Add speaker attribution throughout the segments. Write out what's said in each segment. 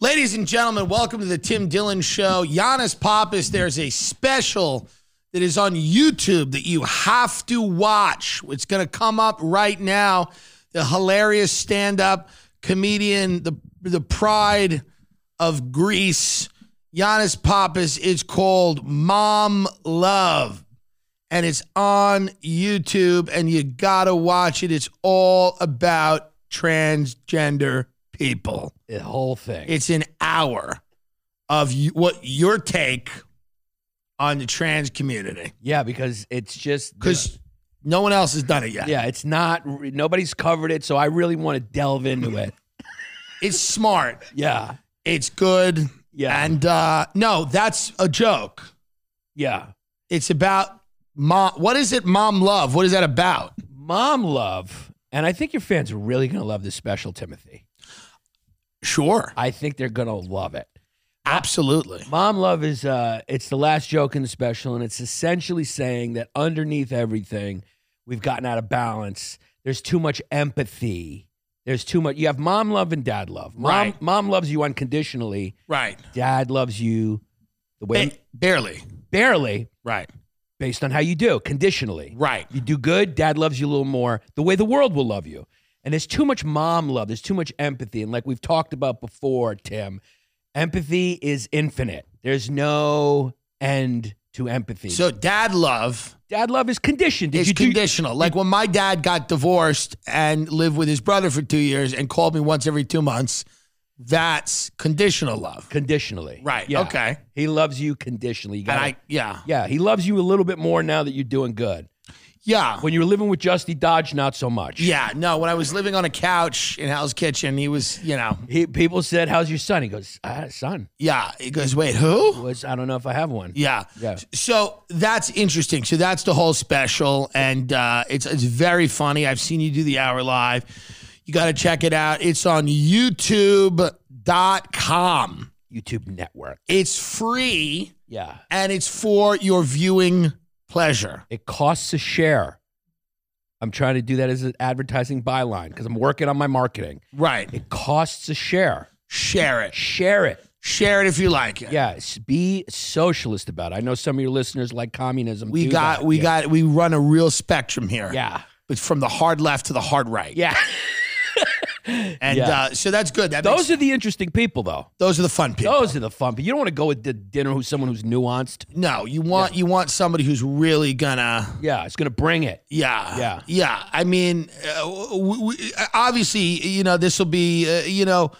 Speaker 1: Ladies and gentlemen, welcome to the Tim Dillon Show. Giannis Pappas, there's a special that is on YouTube that you have to watch. It's going to come up right now. The hilarious stand up comedian, the, the pride of Greece, Giannis Pappas, is called Mom Love. And it's on YouTube, and you got to watch it. It's all about transgender people.
Speaker 2: The whole thing.
Speaker 1: It's an hour of you, what your take on the trans community
Speaker 2: yeah, because it's just
Speaker 1: because no one else has done it yet.
Speaker 2: yeah, it's not nobody's covered it, so I really want to delve into it.
Speaker 1: It's smart.
Speaker 2: Yeah,
Speaker 1: It's good.
Speaker 2: Yeah.
Speaker 1: And uh, no, that's a joke.
Speaker 2: yeah.
Speaker 1: It's about mom. What is it, mom love? What is that about?
Speaker 2: Mom love, and I think your fans are really gonna love this special, Timothy.
Speaker 1: Sure.
Speaker 2: I think they're gonna love it.
Speaker 1: Absolutely.
Speaker 2: Mom love is uh, it's the last joke in the special, and it's essentially saying that underneath everything, we've gotten out of balance. There's too much empathy. There's too much. You have mom love and dad love. Mom,
Speaker 1: Right.
Speaker 2: mom loves you unconditionally.
Speaker 1: Right.
Speaker 2: Dad loves you the way
Speaker 1: Ba- barely.
Speaker 2: barely,
Speaker 1: Right.
Speaker 2: based on how you do, conditionally.
Speaker 1: Right.
Speaker 2: You do good, dad loves you a little more, the way the world will love you. And there's too much mom love, there's too much empathy. And like we've talked about before, Tim, empathy is infinite. There's no end to empathy.
Speaker 1: So dad love
Speaker 2: dad love is conditioned. Did
Speaker 1: is
Speaker 2: you do-
Speaker 1: conditional. Like when my dad got divorced and lived with his brother for two years and called me once every two months, that's conditional love.
Speaker 2: conditionally.
Speaker 1: Right,
Speaker 2: Yeah.
Speaker 1: okay.
Speaker 2: He loves you conditionally. You
Speaker 1: And
Speaker 2: gotta-
Speaker 1: I, yeah,
Speaker 2: yeah, he loves you a little bit more now that you're doing good.
Speaker 1: yeah,
Speaker 2: When you're living with Justy Dodge, not so much.
Speaker 1: yeah. No, when I was living on a couch in Hell's Kitchen, he was, you know,
Speaker 2: He, people said, "How's your son?" He goes, ah, "Son
Speaker 1: yeah. He goes, wait, who?
Speaker 2: was I don't know if I have one."
Speaker 1: Yeah.
Speaker 2: Yeah.
Speaker 1: So that's interesting. So that's the whole special, and uh, it's it's very funny. I've seen you do the hour live. You got to check it out. It's on YouTube.com.
Speaker 2: YouTube network.
Speaker 1: It's free
Speaker 2: Yeah.
Speaker 1: and it's for your viewing pleasure.
Speaker 2: It costs a share. I'm trying to do that as an advertising byline because I'm working on my marketing.
Speaker 1: Right.
Speaker 2: It costs a share.
Speaker 1: Share it.
Speaker 2: Share it.
Speaker 1: Share it if you like it.
Speaker 2: Yes. Be socialist about it. I know some of your listeners like communism.
Speaker 1: We
Speaker 2: Do
Speaker 1: got
Speaker 2: that.
Speaker 1: we
Speaker 2: yeah.
Speaker 1: got we run a real spectrum here.
Speaker 2: Yeah.
Speaker 1: But from the hard left to the hard right.
Speaker 2: Yeah.
Speaker 1: And
Speaker 2: Yeah.
Speaker 1: uh, so that's good. That
Speaker 2: Those
Speaker 1: makes,
Speaker 2: are the interesting people, though.
Speaker 1: those are the fun people.
Speaker 2: Those are the fun. But you don't want to go with the dinner who's someone who's nuanced.
Speaker 1: no, you want you want somebody who's really gonna
Speaker 2: Yeah, it's gonna bring it.
Speaker 1: yeah.
Speaker 2: Yeah.
Speaker 1: Yeah. I mean, uh, w- w- obviously, you know, this will be uh, you know,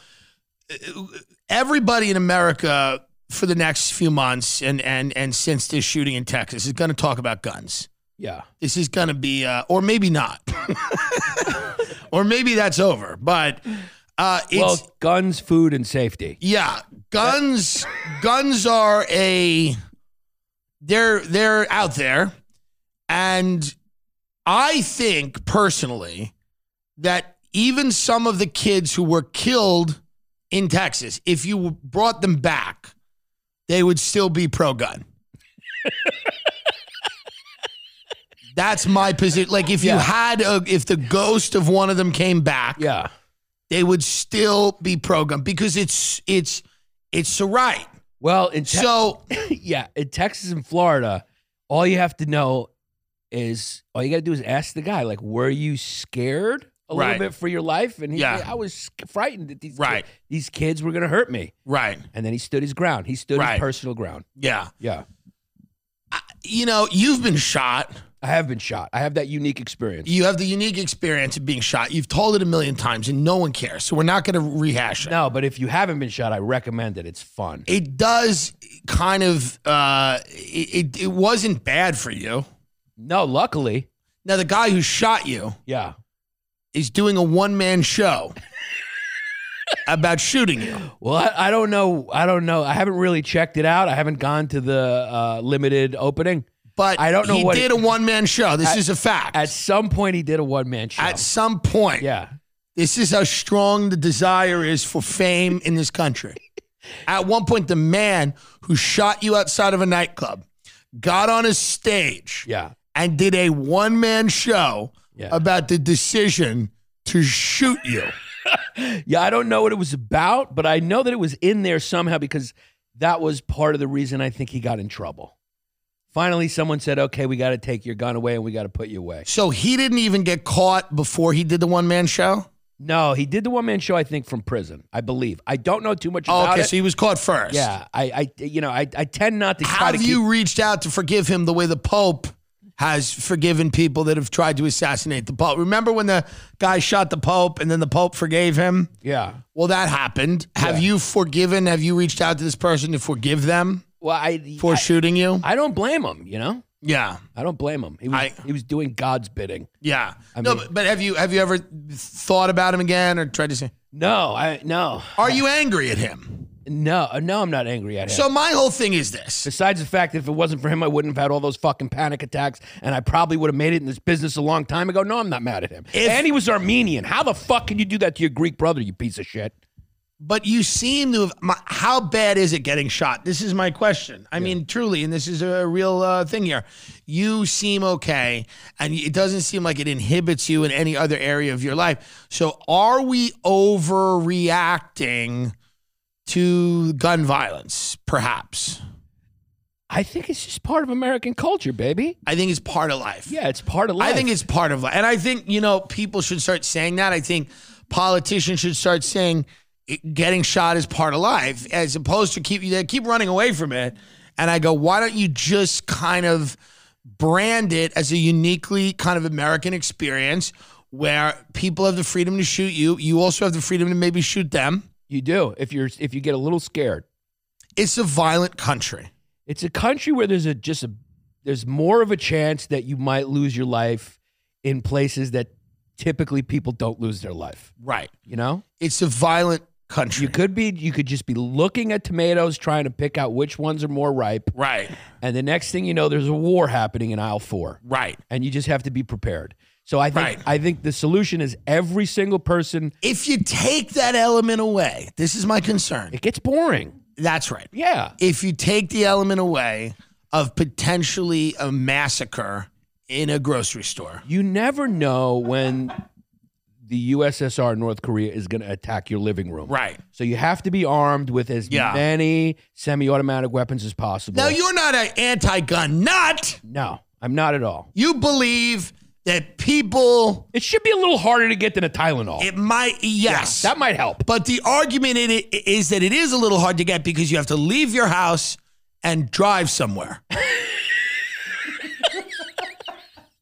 Speaker 1: uh, everybody in America for the next few months and and and since this shooting in Texas is going to talk about guns.
Speaker 2: Yeah.
Speaker 1: this is going to be, uh, or maybe not, or maybe that's over. But uh, it's
Speaker 2: well, guns, food, and safety.
Speaker 1: yeah, guns. guns are a they're they're out there, and I think personally that even some of the kids who were killed in Texas, if you brought them back, they would still be pro gun. That's my position. Like if you
Speaker 2: Yeah.
Speaker 1: had a, if the ghost of one of them came back,
Speaker 2: Yeah.
Speaker 1: they would still be pro gun because it's it's it's a right.
Speaker 2: Well, in Te-
Speaker 1: So
Speaker 2: yeah, in Texas and Florida, all you have to know is all you got to do is ask the guy, like, were you scared a
Speaker 1: Right.
Speaker 2: little bit for your life? And he,
Speaker 1: Yeah.
Speaker 2: I was sc- frightened that these
Speaker 1: Right.
Speaker 2: ki- these kids were going to hurt me.
Speaker 1: right,
Speaker 2: And then he stood his ground. He stood
Speaker 1: Right.
Speaker 2: his personal ground.
Speaker 1: yeah.
Speaker 2: Yeah,
Speaker 1: You know, you've been shot.
Speaker 2: I have been shot. I have that unique experience.
Speaker 1: You have the unique experience of being shot. You've told it a million times, and no one cares. So we're not going to rehash it.
Speaker 2: No, but if you haven't been shot, I recommend it. It's fun.
Speaker 1: It does kind of. Uh, it, it it wasn't bad for you.
Speaker 2: No, luckily,
Speaker 1: Now the guy who shot you
Speaker 2: yeah,
Speaker 1: is doing a one man show. about shooting you.
Speaker 2: Well, I, I don't know. I don't know. I haven't really checked it out. I haven't gone to the uh, limited opening.
Speaker 1: But
Speaker 2: I don't know
Speaker 1: he
Speaker 2: what
Speaker 1: did
Speaker 2: it-
Speaker 1: a one man show. This is a fact.
Speaker 2: At some point, he did a one man show.
Speaker 1: At some point,
Speaker 2: yeah.
Speaker 1: this is how strong the desire is for fame in this country. At one point, the man who shot you outside of a nightclub got on his stage
Speaker 2: Yeah.
Speaker 1: and did a one man show
Speaker 2: Yeah.
Speaker 1: about the decision to shoot you.
Speaker 2: Yeah. I don't know what it was about, but I know that it was in there somehow because that was part of the reason I think he got in trouble. Finally, someone said, okay, we got to take your gun away and we got to put you away.
Speaker 1: So he didn't even get caught before he did the one man show?
Speaker 2: No, he did the one man show, I think, from prison, I believe. I don't know too much
Speaker 1: Oh,
Speaker 2: about
Speaker 1: okay,
Speaker 2: it.
Speaker 1: so he was caught first.
Speaker 2: yeah. I, I, you know, I, I tend not to try
Speaker 1: Have
Speaker 2: to
Speaker 1: you
Speaker 2: keep-
Speaker 1: reached out to forgive him the way the Pope has forgiven people that have tried to assassinate the Pope? Remember when the guy shot the Pope and then the Pope forgave him?
Speaker 2: yeah.
Speaker 1: Well, that happened. Have you forgiven? Have you reached out to this person to forgive them
Speaker 2: Well, I,
Speaker 1: for shooting you?
Speaker 2: I don't blame him, you know?
Speaker 1: yeah.
Speaker 2: I don't blame him. He was
Speaker 1: I-
Speaker 2: he was doing God's bidding.
Speaker 1: Yeah. no, but, but have you have you ever thought about him again or tried to say
Speaker 2: No, I no.
Speaker 1: Are you angry at him?
Speaker 2: No, no, I'm not angry at him.
Speaker 1: So my whole thing is this.
Speaker 2: Besides the fact that if it wasn't for him, I wouldn't have had all those fucking panic attacks, and I probably would have made it in this business a long time ago. No, I'm not mad at him.
Speaker 1: If-
Speaker 2: and he was Armenian. How the fuck can you do that to your Greek brother, you piece of shit?
Speaker 1: But you seem to have. My, how bad is it getting shot? This is my question. I mean, truly, and this is a real uh, thing here. You seem okay, and it doesn't seem like it inhibits you in any other area of your life. So, are we overreacting to gun violence? Perhaps.
Speaker 2: I think it's just part of American culture, baby.
Speaker 1: I think it's part of life.
Speaker 2: Yeah, it's part of life.
Speaker 1: I think it's part of life. And I think, you know, people should start saying that. I think politicians should start saying it- getting shot is part of life as opposed to keep they keep running away from it. And I go, why don't you just kind of brand it as a uniquely kind of American experience where people have the freedom to shoot you, you also have the freedom to maybe shoot them.
Speaker 2: you do if you're if you get a little scared.
Speaker 1: It's a violent country.
Speaker 2: It's a country where there's a just a there's more of a chance that you might lose your life in places that typically people don't lose their life.
Speaker 1: Right.
Speaker 2: You know?
Speaker 1: It's a violent country.
Speaker 2: You could be you could just be looking at tomatoes trying to pick out which ones are more ripe
Speaker 1: right.
Speaker 2: and the next thing you know there's a war happening in aisle 4
Speaker 1: Right.
Speaker 2: and you just have to be prepared. So I think
Speaker 1: Right.
Speaker 2: I think the solution is every single person
Speaker 1: If you take that element away, this is my concern.
Speaker 2: it gets boring.
Speaker 1: That's right.
Speaker 2: Yeah.
Speaker 1: If you take the element away of potentially a massacre in a grocery store,
Speaker 2: You never know when the USSR North Korea is going to attack your living room.
Speaker 1: right?
Speaker 2: So you have to be armed with as
Speaker 1: Yeah.
Speaker 2: many semi-automatic weapons as possible.
Speaker 1: Now you're not an anti-gun nut.
Speaker 2: no, I'm not at all.
Speaker 1: You believe that people
Speaker 2: It should be a little harder to get than a Tylenol.
Speaker 1: it might yes.
Speaker 2: that might help.
Speaker 1: but the argument in it is that it is a little hard to get because you have to leave your house and drive somewhere.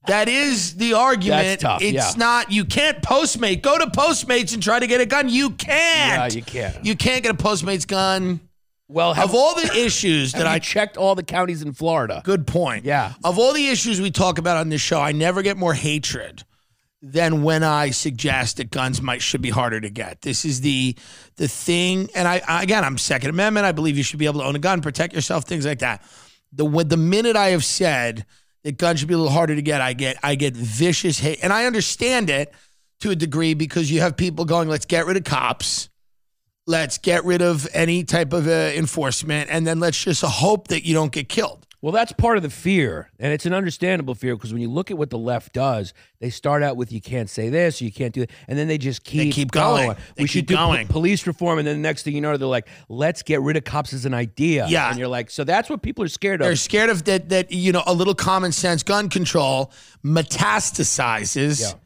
Speaker 1: that is the argument.
Speaker 2: That's tough,
Speaker 1: it's
Speaker 2: yeah.
Speaker 1: not you can't postmate. Go to Postmates and try to get a gun. You can't.
Speaker 2: Yeah, you can't.
Speaker 1: You can't get a Postmates gun.
Speaker 2: Well, have,
Speaker 1: Of all the issues
Speaker 2: have
Speaker 1: that
Speaker 2: you
Speaker 1: I
Speaker 2: checked all the counties in Florida?
Speaker 1: Good point.
Speaker 2: Yeah.
Speaker 1: Of all the issues we talk about on this show, I never get more hatred than when I suggest that guns might should be harder to get. This is the the thing, and I, I again, I'm Second Amendment. I believe you should be able to own a gun, protect yourself, things like that. The when, the minute I have said that guns should be a little harder to get, I get I get vicious hate, and I understand it to a degree because you have people going, let's get rid of cops. Let's get rid of any type of uh, enforcement, and then let's just hope that you don't get killed.
Speaker 2: Well, that's part of the fear, and it's an understandable fear because when you look at what the left does, they start out with "you can't say this," "you can't do that," and then they just keep
Speaker 1: keep going. They
Speaker 2: we
Speaker 1: keep
Speaker 2: should do po-
Speaker 1: going.
Speaker 2: police reform, and then the next thing you know, they're like, "Let's get rid of cops as an idea."
Speaker 1: Yeah.
Speaker 2: and you're like, so that's what people are scared of.
Speaker 1: They're scared of that that you know a little common sense gun control metastasizes
Speaker 2: Yeah.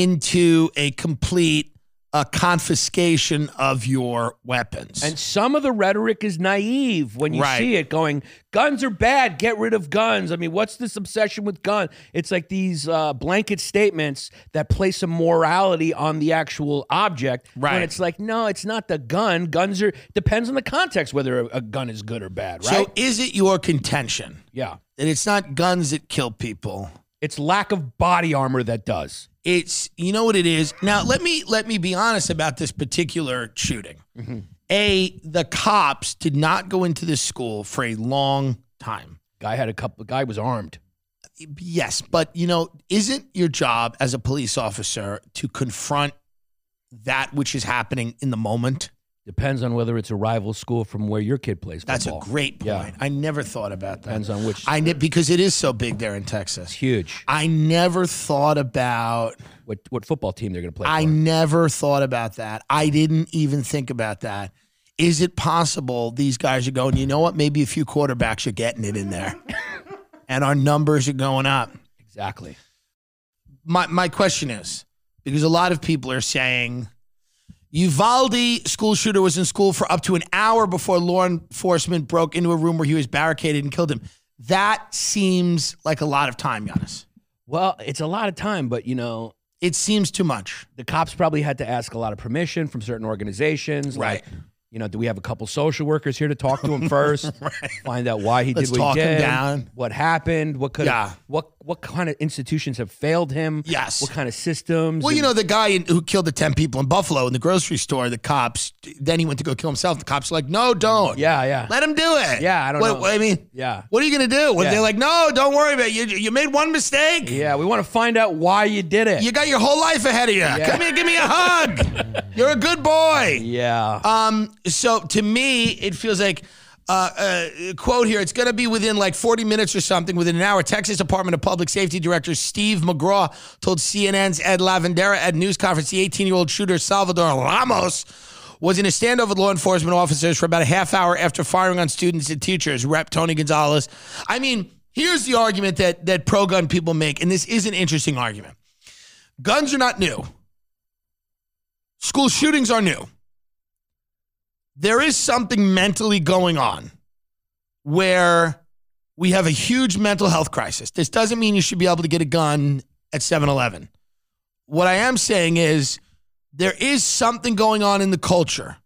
Speaker 1: into a complete uh, confiscation of your weapons.
Speaker 2: And some of the rhetoric is naive when you
Speaker 1: Right.
Speaker 2: see it going, guns are bad, get rid of guns. I mean, what's this obsession with guns? It's like these uh, blanket statements that place a morality on the actual object.
Speaker 1: Right.
Speaker 2: When it's like, no, it's not the gun. Guns are, depends on the context whether a, a gun is good or bad, right?
Speaker 1: So, is it your contention
Speaker 2: yeah.
Speaker 1: that it's not guns that kill people?
Speaker 2: It's lack of body armor that does.
Speaker 1: It's you know what it is. Now let me let me be honest about this particular shooting.
Speaker 2: Mm-hmm.
Speaker 1: A the cops did not go into this school for a long time.
Speaker 2: Guy had a couple. Guy was armed.
Speaker 1: Yes, but you know, isn't your job as a police officer to confront that which is happening in the moment?
Speaker 2: Depends on whether it's a rival school from where your kid plays
Speaker 1: That's
Speaker 2: football.
Speaker 1: a great
Speaker 2: Yeah.
Speaker 1: point. I never thought about that.
Speaker 2: Depends on which.
Speaker 1: I ne- because it is so big there in
Speaker 2: it's
Speaker 1: Texas.
Speaker 2: huge.
Speaker 1: I never thought about
Speaker 2: What what football team they're going to play?
Speaker 1: I
Speaker 2: for.
Speaker 1: never thought about that. I didn't even think about that. Is it possible these guys are going, you know what? Maybe a few quarterbacks are getting it in there and our numbers are going up.
Speaker 2: exactly.
Speaker 1: My, my question is because a lot of people are saying Uvalde school shooter was in school for up to an hour before law enforcement broke into a room where he was barricaded and killed him. That seems like a lot of time, Giannis.
Speaker 2: Well, it's a lot of time, but you know
Speaker 1: It seems too much.
Speaker 2: the cops probably had to ask a lot of permission from certain organizations. Like,
Speaker 1: Right.
Speaker 2: you know, do we have a couple social workers here to talk to him first? Find out why he
Speaker 1: Let's
Speaker 2: did what
Speaker 1: talk
Speaker 2: he
Speaker 1: him
Speaker 2: did.
Speaker 1: down.
Speaker 2: What happened? What could
Speaker 1: Yeah.
Speaker 2: what what kind of institutions have failed him?
Speaker 1: Yes.
Speaker 2: What kind of systems?
Speaker 1: Well, you
Speaker 2: and-
Speaker 1: know the guy in- who killed the ten people in Buffalo in the grocery store. The cops. Then he went to go kill himself. The cops are like, "No, don't.
Speaker 2: Yeah, yeah.
Speaker 1: let him do it.
Speaker 2: Yeah, I don't
Speaker 1: what,
Speaker 2: know.
Speaker 1: what- I mean,
Speaker 2: Yeah.
Speaker 1: What are you gonna do? When
Speaker 2: Yeah.
Speaker 1: they're like, "No, don't worry about it. You, you made one mistake.
Speaker 2: yeah, we want to find out why you did it.
Speaker 1: You got your whole life ahead of you. Come here, give me a hug. You're a good boy."
Speaker 2: yeah.
Speaker 1: Um, so to me, it feels like uh, uh, quote here. It's going to be within like 40 minutes or something. Within an hour, Texas Department of Public Safety Director Steve McGraw told CNN's Ed Lavandera at a news conference the 18-year-old shooter Salvador Ramos was in a standoff with law enforcement officers for about a half hour after firing on students and teachers. Rep Tony Gonzalez. I mean, here's the argument that that pro-gun people make, and this is an interesting argument. Guns are not new. School shootings are new there is something mentally going on where we have a huge mental health crisis. This doesn't mean you should be able to get a gun at 7 Eleven. What I am saying is there is something going on in the culture.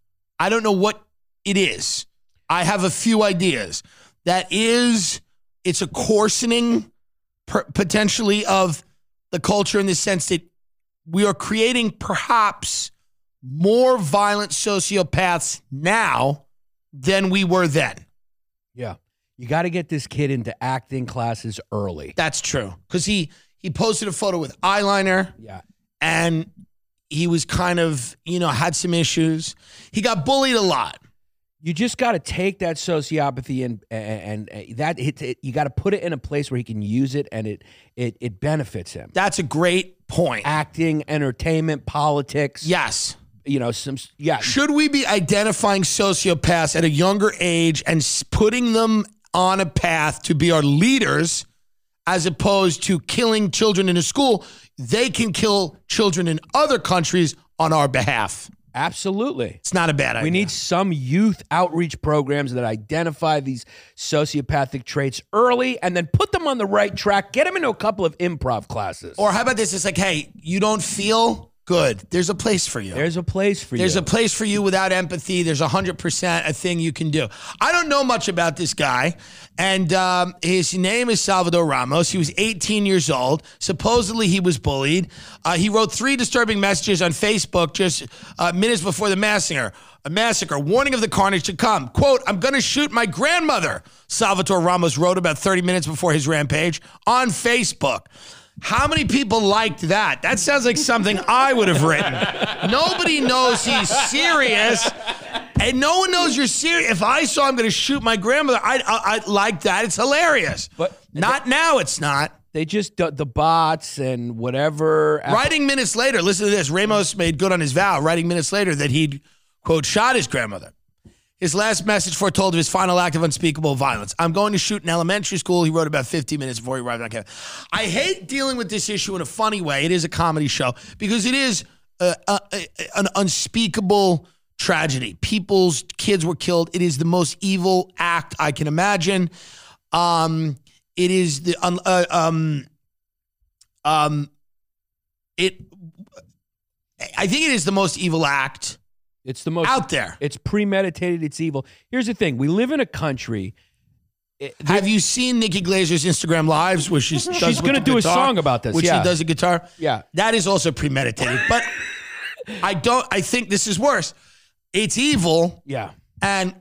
Speaker 1: I don't know what it is. I have a few ideas. That is, it's a coarsening per- potentially of the culture in the sense that we are creating perhaps more violent sociopaths now than we were then.
Speaker 2: yeah. You got to get this kid into acting classes early.
Speaker 1: That's true. Because he he posted a photo with eyeliner
Speaker 2: Yeah.
Speaker 1: and he was kind of, you know, had some issues. He got bullied a lot.
Speaker 2: you just got to take that sociopathy and and, and uh, that it, it- you got to put it in a place where he can use it and it it it benefits him.
Speaker 1: That's a great point.
Speaker 2: Acting, entertainment, politics.
Speaker 1: Yes.
Speaker 2: you know some. s- Yeah,
Speaker 1: Should we be identifying sociopaths at a younger age and s- putting them on a path to be our leaders as opposed to killing children in a school? They can kill children in other countries on our behalf.
Speaker 2: absolutely.
Speaker 1: It's not a bad idea.
Speaker 2: We need some youth outreach programs that identify these sociopathic traits early and then put them on the right track. Get them into a couple of improv classes.
Speaker 1: Or how about this? It's like, hey, you don't feel good. There's a place for you. There's,
Speaker 2: there's a place for you.
Speaker 1: a place for you without empathy. There's 100% a thing you can do. I don't know much about this guy. And um, his name is Salvador Ramos. He was 18 years old. Supposedly, he was bullied. Uh, he wrote three disturbing messages on Facebook just uh, minutes before the massacre. A massacre, warning of the carnage to come. Quote, I'm going to shoot my grandmother, Salvador Ramos wrote about 30 minutes before his rampage on Facebook. How many people liked that? That sounds like something I would have written. Nobody knows he's serious, and no one knows you're serious. If I saw I'm going to shoot my grandmother, I, I, I like that. It's hilarious.
Speaker 2: But-
Speaker 1: not now. It's not.
Speaker 2: they just the, the bots and whatever.
Speaker 1: Writing minutes later, listen to this. Ramos made good on his vow, writing minutes later that he'd, quote, shot his grandmother. His last message foretold of his final act of unspeakable violence. I'm going to shoot in elementary school. He wrote about 15 minutes before he arrived on campus. I hate dealing with this issue in a funny way. It is a comedy show because it is uh, uh, uh, an unspeakable tragedy. People's kids were killed. It is the most evil act I can imagine. Um, it is the un- uh, um, um, it I think it is the most evil act
Speaker 2: It's the most
Speaker 1: out there.
Speaker 2: It's premeditated. It's evil. Here's the thing: we live in a country it-
Speaker 1: Have you seen Nikki Glazer's Instagram lives where she's does
Speaker 2: She's
Speaker 1: with
Speaker 2: gonna
Speaker 1: the
Speaker 2: do a
Speaker 1: guitar,
Speaker 2: song about this,
Speaker 1: Which
Speaker 2: yeah.
Speaker 1: she does a guitar.
Speaker 2: Yeah.
Speaker 1: that is also premeditated. But I don't. I think this is worse. It's evil,
Speaker 2: yeah.
Speaker 1: and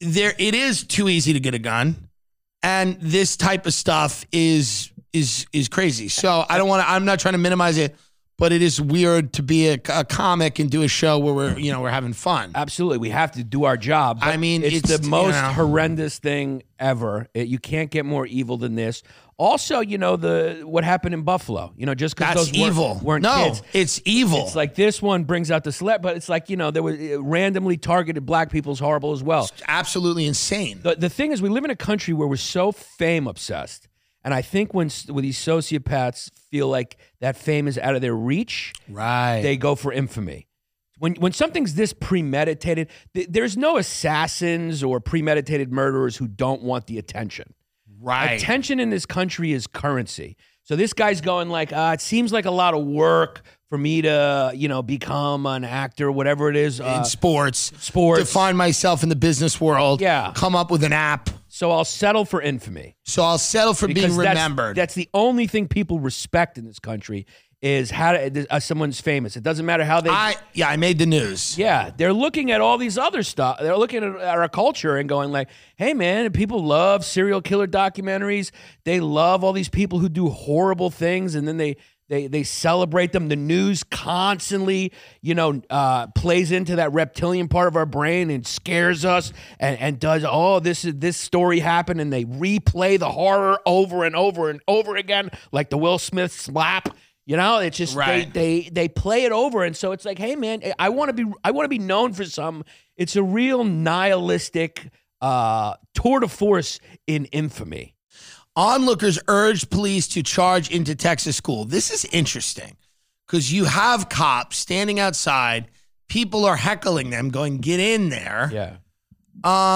Speaker 1: there it is too easy to get a gun, and this type of stuff is is is crazy. So I don't want to. I'm not trying to minimize it, but it is weird to be a, a comic and do a show where we're you know we're having fun.
Speaker 2: Absolutely, we have to do our job. but
Speaker 1: I mean,
Speaker 2: it's,
Speaker 1: it's,
Speaker 2: the
Speaker 1: you
Speaker 2: most
Speaker 1: know.
Speaker 2: horrendous thing ever. It- you can't get more evil than this. Also, you know the what happened in Buffalo. You know, just because
Speaker 1: That's
Speaker 2: those weren't-
Speaker 1: evil.
Speaker 2: Weren't,
Speaker 1: no,
Speaker 2: kids.
Speaker 1: it's evil.
Speaker 2: It's like this one brings out the celeb, but it's like you know there was it randomly targeted black people's horrible as well.
Speaker 1: absolutely insane.
Speaker 2: The, the thing is, we live in a country where we're so fame obsessed, and I think when s- when these sociopaths feel like that fame is out of their reach,
Speaker 1: right.
Speaker 2: they go for infamy. When when something's this premeditated, th- there's no assassins or premeditated murderers who don't want the attention.
Speaker 1: right.
Speaker 2: Attention in this country is currency. So this guy's going like, uh, it seems like a lot of work for me to, you know, become an actor, whatever it is. Uh,
Speaker 1: in sports,
Speaker 2: sports.
Speaker 1: define myself in the business world,
Speaker 2: Yeah.
Speaker 1: come up with an app.
Speaker 2: so I'll settle for infamy
Speaker 1: So I'll settle for being
Speaker 2: that's-
Speaker 1: remembered.
Speaker 2: That's, the only thing people respect in this country is how to, uh, someone's famous. It doesn't matter how they.
Speaker 1: I yeah, I made the news.
Speaker 2: Yeah, they're looking at all these other stuff. They're looking at our culture and going like, "Hey, man, people love serial killer documentaries. They love all these people who do horrible things, and then they they they celebrate them. The news constantly, you know, uh, plays into that reptilian part of our brain and scares us, and, and does oh this is this story happened, and they replay the horror over and over and over again, like the Will Smith slap. You know, it's just
Speaker 1: Right.
Speaker 2: they, they they play it over and so it's like hey man i want to be i want to be known for some it's a real nihilistic uh tour de force in infamy
Speaker 1: Onlookers urged police to charge into Texas school. This is interesting because you have cops standing outside. People are heckling them, going, "Get in there!"
Speaker 2: yeah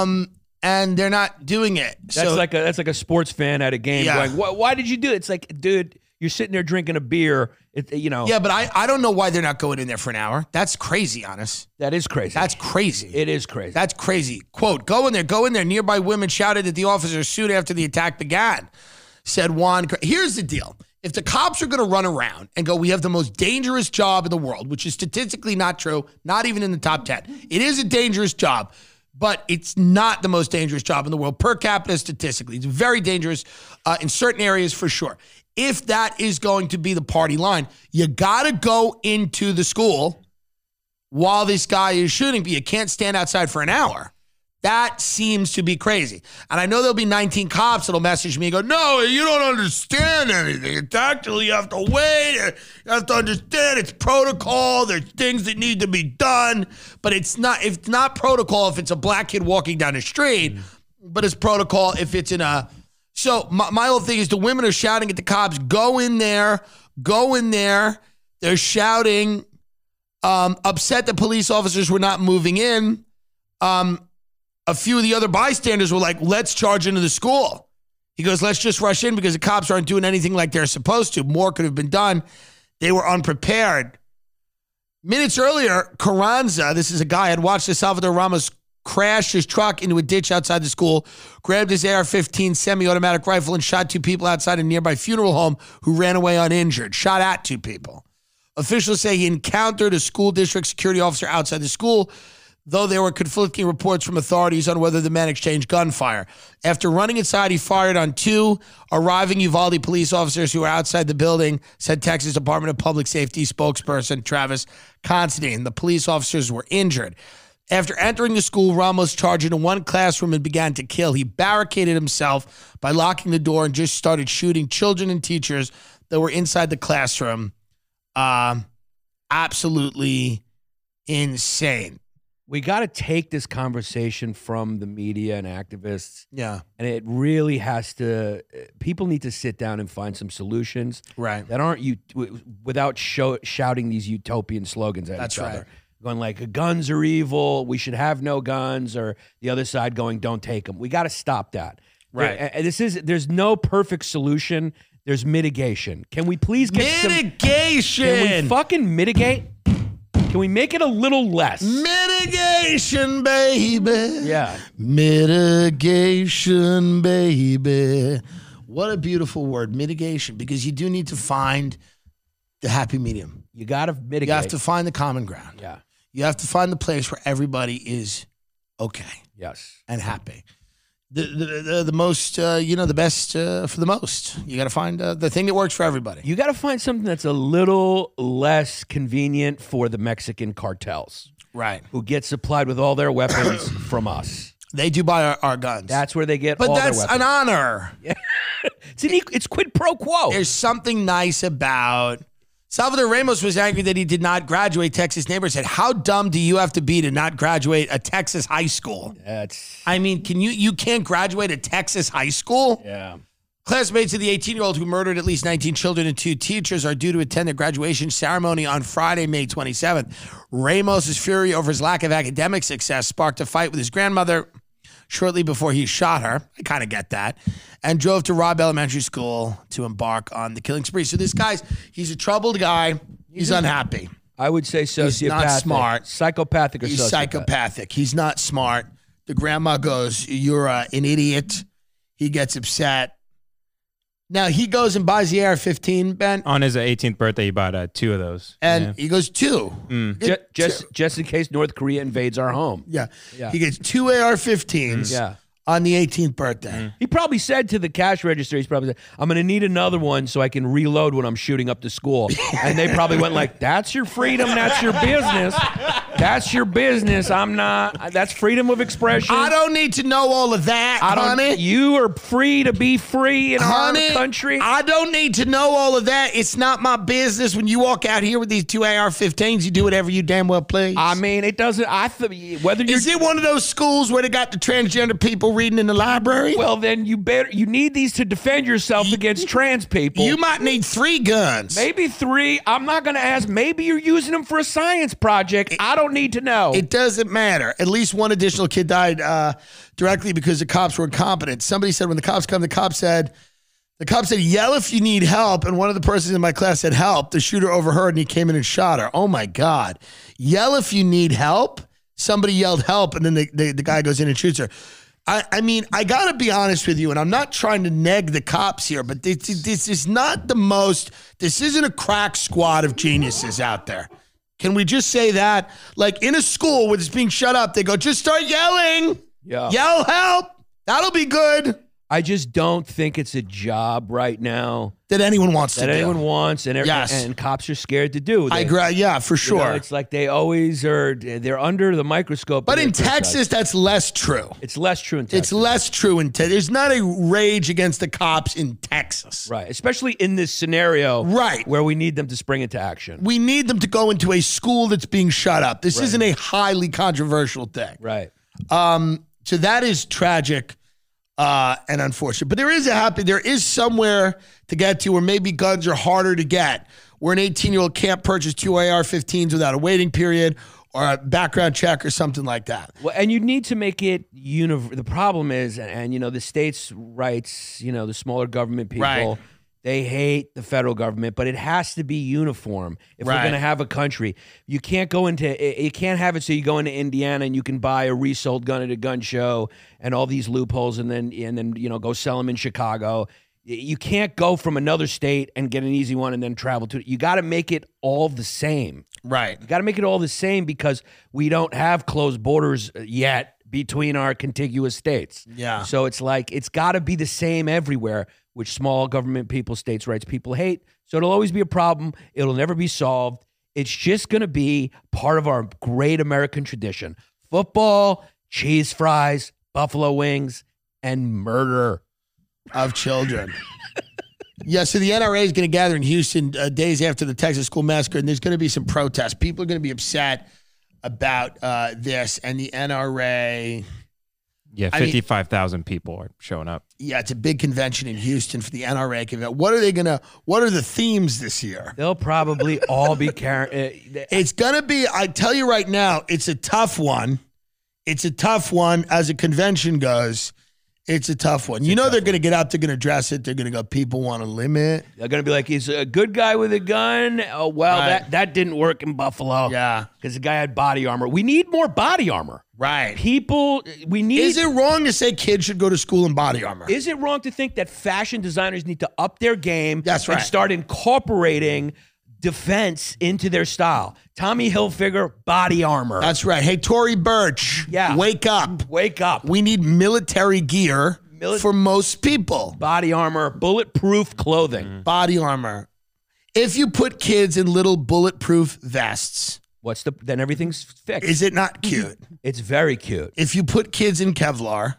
Speaker 1: Um, and they're not doing it.
Speaker 2: that's
Speaker 1: so
Speaker 2: like a that's like a sports fan at a game
Speaker 1: Yeah.
Speaker 2: going why, why did you do it it's like dude you're sitting there drinking a beer it, you know
Speaker 1: yeah, but I I don't know why they're not going in there for an hour. That's crazy, honest.
Speaker 2: that is crazy
Speaker 1: That's crazy.
Speaker 2: it is crazy
Speaker 1: That's crazy. Quote, go in there, go in there. Nearby women shouted at the officer's suit after the attack began, said Juan. Cr- Here's the deal. If the cops are going to run around and go, we have the most dangerous job in the world, which is statistically not true, not even in the top 10. It is a dangerous job, but it's not the most dangerous job in the world per capita statistically. It's very dangerous uh, in certain areas for sure. If that is going to be the party line, you got to go into the school while this guy is shooting, but you can't stand outside for an hour. That seems to be crazy. And I know there'll be 19 cops that'll message me and go, No, you don't understand anything. It's actually, you have to wait. You have to understand it's protocol. There's things that need to be done. But it's not, if it's not protocol if it's a black kid walking down the street, but it's protocol if it's in a. So my, my whole thing is the women are shouting at the cops, Go in there, go in there. They're shouting, um, upset that police officers were not moving in. Um, a few of the other bystanders were like, let's charge into the school. He goes, let's just rush in because the cops aren't doing anything like they're supposed to. More could have been done. They were unprepared. Minutes earlier, Carranza, this is a guy, had watched the Salvador Ramos crash his truck into a ditch outside the school, grabbed his AR 15 semi automatic rifle, and shot two people outside a nearby funeral home who ran away uninjured. Shot at two people. Officials say he encountered a school district security officer outside the school, though there were conflicting reports from authorities on whether the men exchanged gunfire. After running inside, he fired on two arriving Uvalde police officers who were outside the building, said Texas Department of Public Safety spokesperson Travis Constantine. The police officers were injured. After entering the school, Ramos charged into one classroom and began to kill. He barricaded himself by locking the door and just started shooting children and teachers that were inside the classroom um, absolutely insane.
Speaker 2: we got to take this conversation from the media and activists
Speaker 1: Yeah,
Speaker 2: and it really has to uh, people need to sit down and find some solutions
Speaker 1: right.
Speaker 2: that aren't you without show, shouting these utopian slogans at
Speaker 1: That's
Speaker 2: each other.
Speaker 1: right.
Speaker 2: Going like guns are evil, we should have no guns, or the other side going don't take them. We got to stop that.
Speaker 1: Right.
Speaker 2: There- and this is there's no perfect solution. There's mitigation. Can we please get some?
Speaker 1: Mitigation.
Speaker 2: Can we fucking mitigate? Can we make it a little less?
Speaker 1: Mitigation, baby.
Speaker 2: Yeah.
Speaker 1: Mitigation, baby. What a beautiful word, mitigation, because you do need to find the happy medium.
Speaker 2: You got to mitigate.
Speaker 1: You have to find the common ground.
Speaker 2: yeah.
Speaker 1: You have to find the place where everybody is okay
Speaker 2: Yes.
Speaker 1: and happy. The the, the, the most, uh, you know, the best uh, for the most. You got to find uh, the thing that works for everybody.
Speaker 2: You got to find something that's a little less convenient for the Mexican cartels
Speaker 1: right.
Speaker 2: who get supplied with all their weapons from us.
Speaker 1: They do buy our, our guns.
Speaker 2: That's where they get
Speaker 1: but
Speaker 2: all
Speaker 1: that's
Speaker 2: their
Speaker 1: an
Speaker 2: weapons.
Speaker 1: honor.
Speaker 2: it's, an, equ- it's quid pro quo.
Speaker 1: There's something nice about. Salvador Ramos was angry that he did not graduate Texas neighbor said, "How dumb do you have to be to not graduate a Texas high school?"
Speaker 2: That's
Speaker 1: I mean, can you you can't graduate a Texas high school?
Speaker 2: yeah.
Speaker 1: Classmates of the 18 year old who murdered at least 19 children and two teachers are due to attend the graduation ceremony on Friday, May 27th. Ramos' fury over his lack of academic success sparked a fight with his grandmother shortly before he shot her. I kind of get that. And drove to Robb Elementary School to embark on the killing spree. So this guy's, he's a troubled guy. He's unhappy.
Speaker 2: I would say sociopathic.
Speaker 1: not smart.
Speaker 2: Psychopathic or
Speaker 1: He's
Speaker 2: sociopathic.
Speaker 1: psychopathic. He's not smart. The grandma goes, "You're uh, an idiot." He gets upset. Now he goes and buys the AR-15, Ben,
Speaker 2: Oh,
Speaker 3: On his 18th birthday, he bought uh, two of those.
Speaker 1: and
Speaker 3: Yeah.
Speaker 1: he goes two.
Speaker 2: Ju-
Speaker 1: Get
Speaker 2: just,
Speaker 1: two.
Speaker 2: just in case North Korea invades our home.
Speaker 1: yeah.
Speaker 2: Yeah. Mm,
Speaker 1: he gets two AR-15s
Speaker 2: Yeah. Mm.
Speaker 1: on the 18th birthday.
Speaker 2: He probably said to the cash register, he's probably said, I'm going to need another one so I can reload when I'm shooting up to school. And they probably went like, that's your freedom. That's your business. That's your business. I'm not, that's freedom of expression.
Speaker 1: I don't need to know all of that,
Speaker 2: I don't-
Speaker 1: honey.
Speaker 2: You are free to be free in
Speaker 1: Honey,
Speaker 2: our country.
Speaker 1: I don't need to know all of that. It's not my business. When you walk out here with these two AR-15s, you do whatever you damn well please.
Speaker 2: I mean, it doesn't, I, th- whether you're,
Speaker 1: Is it one of those schools where they got the transgender people reading in the library?
Speaker 2: well, then you better, you need these to defend yourself against trans people.
Speaker 1: You might need three guns.
Speaker 2: Maybe three. I'm not going to ask. Maybe you're using them for a science project. I don't need to know.
Speaker 1: It doesn't matter. At least one additional kid died uh, directly because the cops were incompetent. Somebody said when the cops come, the cop said, the cop said, yell if you need help. And one of the persons in my class said, help. The shooter overheard and he came in and shot her. Oh my God. Yell if you need help. Somebody yelled help. And then the, the, the guy goes in and shoots her. I, I mean, I got to be honest with you, and I'm not trying to neg the cops here, but this, this is not the most, this isn't a crack squad of geniuses out there. Can we just say that? Like in a school where it's being shut up, they go, just start yelling.
Speaker 2: Yeah.
Speaker 1: Yell help. That'll be good.
Speaker 2: I just don't think it's a job right now
Speaker 1: That anyone wants
Speaker 2: that
Speaker 1: to
Speaker 2: anyone
Speaker 1: do.
Speaker 2: wants, and, every-
Speaker 1: Yes.
Speaker 2: and cops are scared to do.
Speaker 1: I
Speaker 2: They-
Speaker 1: agree. Yeah, for
Speaker 2: you know,
Speaker 1: sure.
Speaker 2: it's like they always are. They're under the microscope.
Speaker 1: but
Speaker 2: and
Speaker 1: in
Speaker 2: they're criticized.
Speaker 1: Texas, that's less true.
Speaker 2: it's less true in Texas.
Speaker 1: It's less true in Texas. There's not a rage against the cops in Texas.
Speaker 2: right, especially in this scenario,
Speaker 1: Right.
Speaker 2: where we need them to spring into action.
Speaker 1: We need them to go into a school that's being shut up. This isn't a highly controversial thing.
Speaker 2: right.
Speaker 1: So that is tragic uh, and unfortunate. But there is a happy, there is somewhere to get to where maybe guns are harder to get, where an 18 year old can't purchase two AR 15s without a waiting period or a background check or something like that.
Speaker 2: Well, and you need to make it univ. The problem is, and, and, you know, the states' rights, you know, the smaller government people,
Speaker 1: Right.
Speaker 2: they hate the federal government, but it has to be uniform if
Speaker 1: Right.
Speaker 2: we're going to have a country. You can't go into, i- you can't have it so you go into Indiana and you can buy a resold gun at a gun show and all these loopholes, and then and then you know go sell them in Chicago. Y- You can't go from another state and get an easy one and then travel to. You got to make it all the same.
Speaker 1: Right.
Speaker 2: You got to make it all the same because we don't have closed borders uh, yet between our contiguous states.
Speaker 1: Yeah.
Speaker 2: So it's like it's got to be the same everywhere, which small government people, states' rights people hate. So it'll always be a problem. It'll never be solved. It's just going to be part of our great American tradition: football, cheese fries, buffalo wings, and murder.
Speaker 1: of children. yeah, so the NRA is going to gather in Houston uh, days after the Texas school massacre, and there's going to be some protests. People are going to be upset about uh, this, and the NRA.
Speaker 3: Yeah,
Speaker 1: I mean-
Speaker 3: 55,000 people are showing up.
Speaker 1: Yeah, it's a big convention in Houston for the NRA. convention. What are they going to? What are the themes this year?
Speaker 2: They'll probably all be uh, carrying.
Speaker 1: It's going to be, I tell you right now, it's a tough one. It's a tough one as a convention goes. It's a tough one. you know they're going to get out. They're going to address it. They're going to go. People want to limit.
Speaker 2: They're gonna be like, he's a good guy with a gun. Oh well,
Speaker 1: Right.
Speaker 2: that that didn't work in Buffalo.
Speaker 1: Yeah.
Speaker 2: because the guy had body armor. We need more body armor.
Speaker 1: Right.
Speaker 2: People, we need.
Speaker 1: Is it wrong to say kids should go to school in body armor?
Speaker 2: Is it wrong to think that fashion designers need to up their game
Speaker 1: That's
Speaker 2: and
Speaker 1: right.
Speaker 2: start incorporating defense into their style? Tommy Hilfiger body armor.
Speaker 1: That's right. Hey, Tory Burch.
Speaker 2: Yeah.
Speaker 1: Wake up.
Speaker 2: Wake up.
Speaker 1: We need military gear
Speaker 2: Mili-
Speaker 1: for most people.
Speaker 2: body armor, bulletproof clothing.
Speaker 1: Body armor. If you put kids in little bulletproof vests,
Speaker 2: What's the then everything's fixed.
Speaker 1: is it not cute?
Speaker 2: it's very cute.
Speaker 1: if you put kids in Kevlar,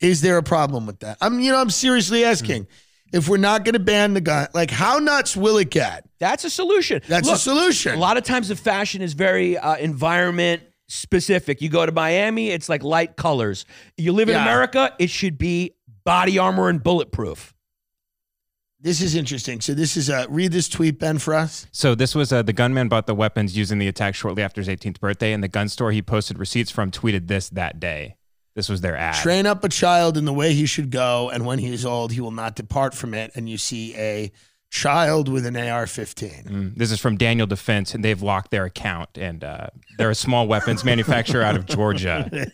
Speaker 1: is there a problem with that? I'm, you know, I'm seriously asking. If we're not going to ban the gun, like how nuts will it get?
Speaker 2: That's a solution.
Speaker 1: That's a
Speaker 2: Look,
Speaker 1: solution.
Speaker 2: A lot of times the fashion is very uh, environment specific. You go to Miami, it's like light colors. You live in
Speaker 1: Yeah.
Speaker 2: America, it should be body armor and bulletproof.
Speaker 1: This is interesting. So this is uh, read this tweet, Ben, for us.
Speaker 3: So this was uh, the gunman bought the weapons used in the attack shortly after his 18th birthday, and the gun store he posted receipts from tweeted this that day. This was their ad.
Speaker 1: Train up a child in the way he should go, and when he is old, he will not depart from it. And you see a child with an AR-15.
Speaker 3: Mm, This is from Daniel Defense, and they've locked their account. And uh, they're a small weapons manufacturer out of Georgia.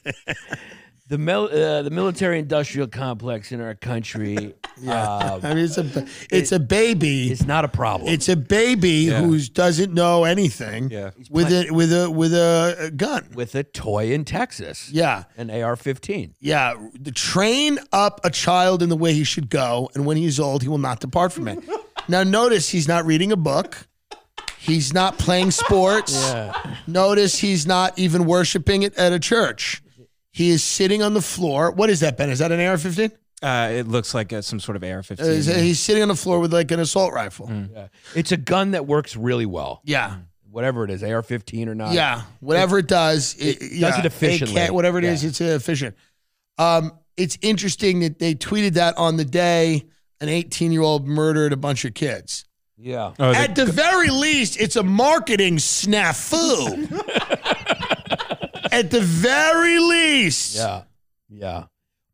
Speaker 2: The mil- uh, the military industrial complex in our country uh,
Speaker 1: I mean, it's a it's a baby.
Speaker 2: is not a problem.
Speaker 1: It's a baby
Speaker 3: Yeah.
Speaker 1: who doesn't know anything
Speaker 3: Yeah. He's
Speaker 1: with a with a with a a gun.
Speaker 2: with a toy in Texas,
Speaker 1: yeah.
Speaker 2: an AR-15.
Speaker 1: Yeah, the train up a child in the way he should go, and when he is old, he will not depart from it. now, notice he's not reading a book. He's not playing sports. Notice he's not even worshiping it at a church. He is sitting on the floor. What is that, Ben? Is that an AR-15?
Speaker 3: Uh, it looks like uh, some sort of AR-15.
Speaker 1: Uh, is it- he's sitting on the floor with like an assault rifle.
Speaker 3: Mm.
Speaker 2: It's a gun that works really well,
Speaker 1: Yeah,
Speaker 2: whatever it is, AR-15 or not.
Speaker 1: yeah. Whatever it, does, it, yeah,
Speaker 2: does it efficiently.
Speaker 1: AK, whatever it is,
Speaker 2: Yeah.
Speaker 1: it's efficient. Um, it's interesting that they tweeted that on the day an 18-year-old murdered a bunch of kids.
Speaker 2: yeah.
Speaker 3: oh, the-
Speaker 1: At the very least, it's a marketing snafu. At the very least.
Speaker 2: Yeah, yeah.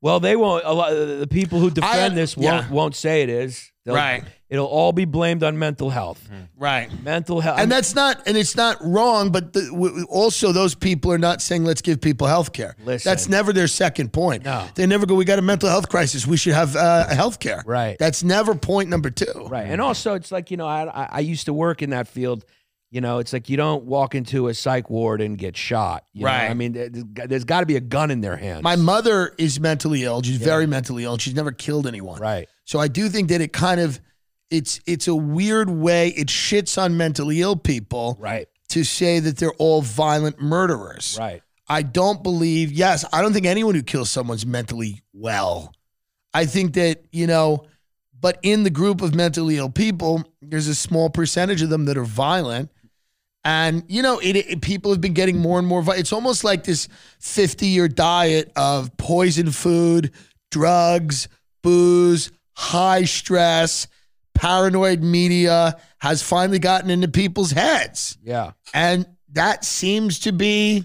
Speaker 2: Well, they won't. A lot the people who defend this won't
Speaker 1: yeah.
Speaker 2: won't say it is. They'll-
Speaker 1: Right.
Speaker 2: It'll all be blamed on mental health.
Speaker 1: Right.
Speaker 2: Mental health.
Speaker 1: And that's not and it's not wrong, but the, w- w- also those people are not saying let's give people health care.
Speaker 2: Listen.
Speaker 1: That's never their second point.
Speaker 2: No.
Speaker 1: They never go we got a mental health crisis, we should have uh, health care.
Speaker 2: Right.
Speaker 1: That's never point number 2.
Speaker 2: right. And also, it's like you know, I, I I used to work in that field. You know, it's like you don't walk into a psych ward and get shot. you know?
Speaker 1: Right.
Speaker 2: I mean, there- there's got to be a gun in their hands.
Speaker 1: My mother is mentally ill. She's very mentally ill. She's never killed anyone.
Speaker 2: right.
Speaker 1: So I do think that it kind of it's it's a weird way it shits on mentally ill people
Speaker 2: Right.
Speaker 1: to say that they're all violent murderers.
Speaker 2: Right.
Speaker 1: I don't believe, yes, I don't think anyone who kills someone's mentally well. I think that, you know, but in the group of mentally ill people, there's a small percentage of them that are violent. And, you know, it, it- people have been getting more and more violent. It's almost like this 50 year diet of poison food, drugs, booze, high stress, paranoid media has finally gotten into people's heads.
Speaker 2: Yeah.
Speaker 1: And that seems to be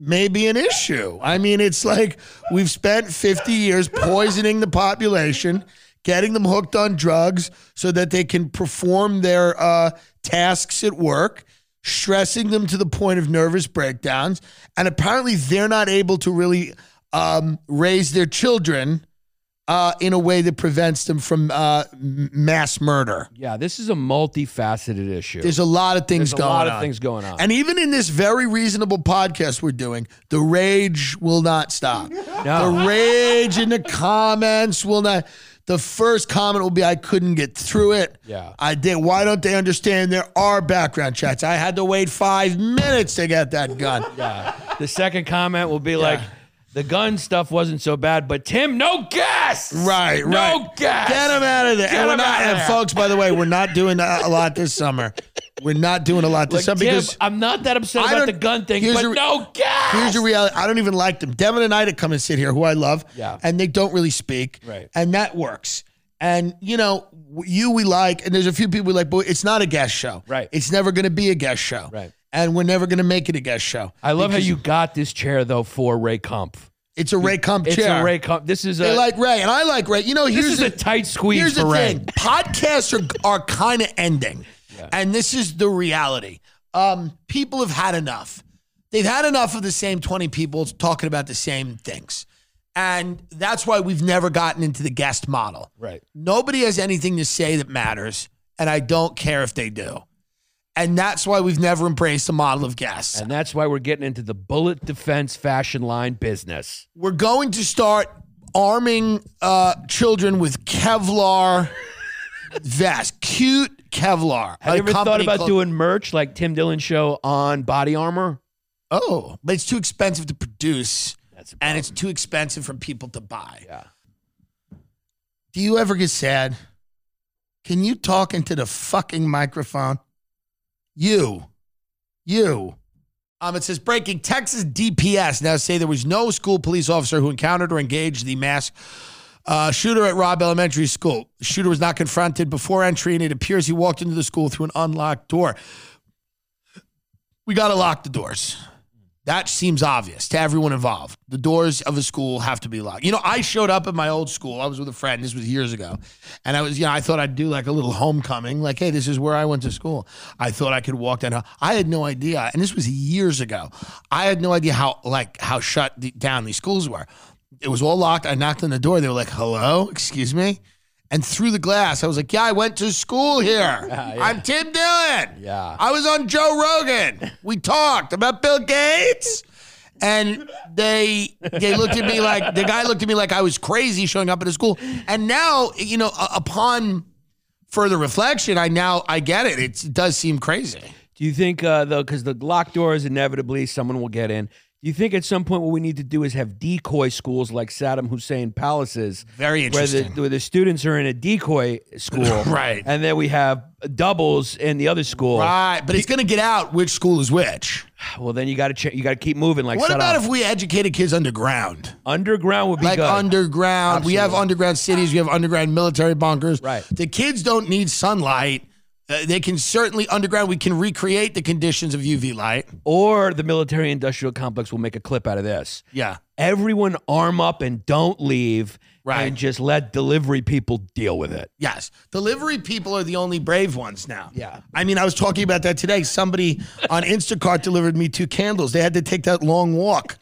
Speaker 1: maybe an issue. I mean, it's like we've spent 50 years poisoning the population, getting them hooked on drugs so that they can perform their uh, tasks at work, stressing them to the point of nervous breakdowns. And apparently, they're not able to really um, raise their children. Uh, in a way that prevents them from uh, m- mass murder.
Speaker 2: Yeah. This is a multifaceted issue.
Speaker 1: There's a lot of things
Speaker 2: There's a
Speaker 1: going
Speaker 2: lot
Speaker 1: on.
Speaker 2: of things going on.
Speaker 1: And even in this very reasonable podcast we're doing, the rage will not stop. The rage in the comments will not. The first comment will be, "I couldn't get through it."
Speaker 2: Yeah.
Speaker 1: I did. Why don't they understand there are background checks? I had to wait five minutes to get that gun.
Speaker 2: the second comment will be like, the gun stuff wasn't so bad, but Tim, no gas.
Speaker 1: Right, right.
Speaker 2: No gas.
Speaker 1: Get them out of there.
Speaker 2: Get
Speaker 1: and we're
Speaker 2: 'em
Speaker 1: not,
Speaker 2: outta
Speaker 1: and
Speaker 2: there.
Speaker 1: folks, by the way, we're not doing a a lot this summer. We're not doing a lot this summer
Speaker 2: Like, Tim,
Speaker 1: because
Speaker 2: I'm not that upset
Speaker 1: I
Speaker 2: about
Speaker 1: don't-
Speaker 2: the gun thing,
Speaker 1: here's
Speaker 2: but
Speaker 1: the re-
Speaker 2: no gas.
Speaker 1: Here's the reality. I don't even like them. Devin and Ida come and sit here, who I love.
Speaker 2: Yeah.
Speaker 1: And they don't really speak.
Speaker 2: Right.
Speaker 1: And that works. And you know, w- you we like, and there's a few people we like, but it's not a guest show.
Speaker 2: Right.
Speaker 1: It's never gonna be a guest show.
Speaker 2: Right.
Speaker 1: And we're never gonna make it a guest show.
Speaker 2: I love how you got this chair though for Ray Kumpf.
Speaker 1: It's a Ray Kump
Speaker 2: It's
Speaker 1: chair.
Speaker 2: a Ray Kump. This is
Speaker 1: They
Speaker 2: a
Speaker 1: like Ray, and I like Ray. You know,
Speaker 2: this
Speaker 1: here's
Speaker 2: is
Speaker 1: the,
Speaker 2: a tight squeeze
Speaker 1: here's the
Speaker 2: for Ray.
Speaker 1: thing. Podcasts are are kind of ending, and this is the reality. Um, people have had enough. They've had enough of the same twenty people talking about the same things, and that's why we've never gotten into the guest model.
Speaker 2: Right.
Speaker 1: Nobody has anything to say that matters, and I don't care if they do. And that's why we've never embraced the model of guests.
Speaker 2: And that's why we're getting into the bullet defense fashion line business.
Speaker 1: We're going to start arming uh, children with Kevlar vests, cute Kevlar.
Speaker 2: Have
Speaker 1: A
Speaker 2: you ever thought
Speaker 1: company
Speaker 2: about
Speaker 1: called-
Speaker 2: doing merch like Tim Dillon show on body armor?
Speaker 1: Oh, but it's too expensive to produce,
Speaker 2: That's a
Speaker 1: and it's too expensive for people to buy.
Speaker 2: yeah.
Speaker 1: Do you ever get sad? Can you talk into the fucking microphone? You. You. Um, it says breaking Texas DPS now say there was no school police officer who encountered or engaged the mass uh, shooter at Robb Elementary School. The shooter was not confronted before entry, and it appears he walked into the school through an unlocked door. We got to lock the doors. That seems obvious to everyone involved. The doors of a school have to be locked. You know, I showed up at my old school. I was with a friend. This was years ago. And I was, you know, I thought I'd do like a little homecoming, like, hey, this is where I went to school. I thought I could walk down. I had no idea. And this was years ago. I had no idea how, like, how shut the, down these schools were. It was all locked. I knocked on the door. They were like, hello, excuse me. And through the glass, I was like, yeah, I went to school here. I'm Tim Dillon.
Speaker 2: Yeah.
Speaker 1: I was on Joe Rogan. We talked about Bill Gates. And they they looked at me like the guy looked at me like I was crazy showing up at a school. And now, you know, u- upon further reflection, I now I get it. It's, it does seem crazy.
Speaker 2: Do you think uh, though, because the locked doors inevitably someone will get in? Do you think at some point what we need to do is have decoy schools like Saddam Hussein palaces,
Speaker 1: Very
Speaker 2: where the,
Speaker 1: interesting.
Speaker 2: where the students are in a decoy school,
Speaker 1: Right.
Speaker 2: And then we have doubles in the other school,
Speaker 1: Right, but it's going to get out which school is which.
Speaker 2: Well, then you got to ch- you got to keep moving. Like
Speaker 1: What
Speaker 2: Saddam.
Speaker 1: about if we educated kids underground?
Speaker 2: underground would be
Speaker 1: like
Speaker 2: good?
Speaker 1: underground. We have underground cities. We have underground military bunkers.
Speaker 2: Right.
Speaker 1: The kids don't need sunlight. Uh, they can certainly underground. We can recreate the conditions of UV light.
Speaker 2: or the military industrial complex will make a clip out of this.
Speaker 1: Yeah.
Speaker 2: Everyone arm up and don't leave,
Speaker 1: Right.
Speaker 2: And just let delivery people deal with it.
Speaker 1: Yes. Delivery people are the only brave ones now.
Speaker 2: Yeah.
Speaker 1: I mean, I was talking about that today. Somebody on Instacart delivered me two candles. They had to take that long walk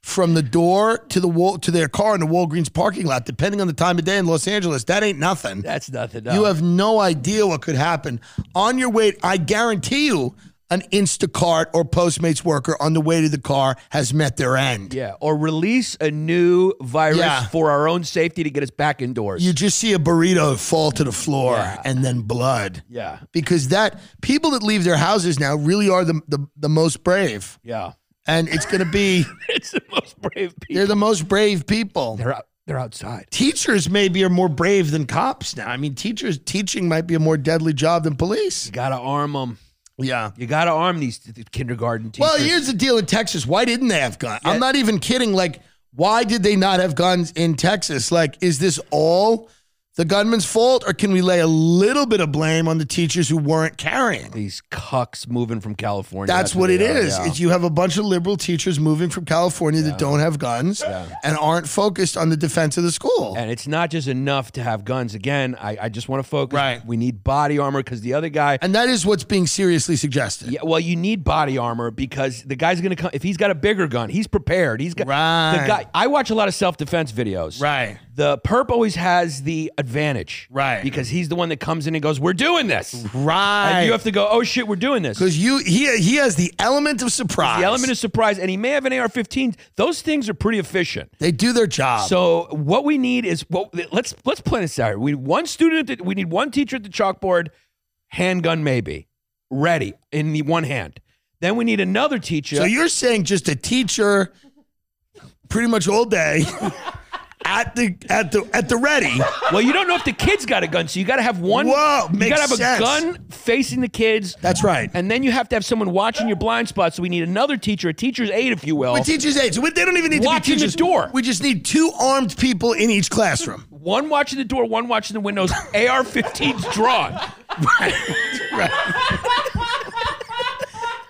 Speaker 1: from the door to the wall to their car in the Walgreens parking lot, depending on the time of day in Los Angeles. That ain't nothing.
Speaker 2: That's nothing.
Speaker 1: You
Speaker 2: no.
Speaker 1: have no idea what could happen. On your way, I guarantee you, an Instacart or Postmates worker on the way to the car has met their end.
Speaker 2: Yeah, or release a new virus
Speaker 1: Yeah.
Speaker 2: for our own safety to get us back indoors.
Speaker 1: You just see a burrito fall to the floor and then blood.
Speaker 2: yeah,
Speaker 1: Because that people that leave their houses now really are the the, the most brave.
Speaker 2: yeah.
Speaker 1: And it's gonna be
Speaker 2: It's the most brave people.
Speaker 1: they're the most brave people.
Speaker 2: They're out, they're outside.
Speaker 1: Teachers maybe are more brave than cops now. I mean, teachers teaching might be a more deadly job than police.
Speaker 2: You gotta arm them.
Speaker 1: Yeah.
Speaker 2: You gotta arm these th- th- kindergarten teachers.
Speaker 1: Well, here's the deal in Texas. Why didn't they have guns? I'm not even kidding. Like, why did they not have guns in Texas? Like, is this all the gunman's fault, or can we lay a little bit of blame on the teachers who weren't carrying?
Speaker 2: these cucks moving from California.
Speaker 1: That's what it
Speaker 2: they are,
Speaker 1: is.
Speaker 2: yeah.
Speaker 1: It's you have a bunch of liberal teachers moving from California that don't have guns and aren't focused on the defense of the school.
Speaker 2: and it's not just enough to have guns. Again, I, I just want to focus.
Speaker 1: Right.
Speaker 2: We need body armor because the other guy.
Speaker 1: And that is what's being seriously suggested.
Speaker 2: Yeah, well, you need body armor because the guy's gonna come. If he's got a bigger gun, he's prepared. He's got
Speaker 1: Right.
Speaker 2: the guy. I watch a lot of self defense videos.
Speaker 1: Right.
Speaker 2: the perp always has the advantage.
Speaker 1: Right.
Speaker 2: Because he's the one that comes in and goes, We're doing this. And
Speaker 1: Right.
Speaker 2: you have to go, Oh shit, we're doing this.
Speaker 1: Because you he he has the element of surprise.
Speaker 2: The element of surprise, and he may have an AR 15. Those things are pretty efficient.
Speaker 1: they do their job.
Speaker 2: So what we need is well, let's let's plan this out. We need one student at the, we need one teacher at the chalkboard, handgun maybe, ready in the one hand. Then we need another teacher.
Speaker 1: So you're saying just a teacher, pretty much all day, at the at the at the ready.
Speaker 2: well, you don't know if the kid's got a gun, so you got to have one.
Speaker 1: Whoa,
Speaker 2: you
Speaker 1: makes
Speaker 2: gotta have
Speaker 1: sense.
Speaker 2: a gun facing the kids.
Speaker 1: That's right.
Speaker 2: And then you have to have someone watching your blind spot. So we need another teacher, a teacher's aide, if you will.
Speaker 1: With teachers' aides, we- they don't even need
Speaker 2: Oh. Watching
Speaker 1: to
Speaker 2: the
Speaker 1: be teachers.
Speaker 2: door.
Speaker 1: We just need two armed people in each classroom.
Speaker 2: One watching the door, one watching the windows. AR 15's drawn.
Speaker 1: Right.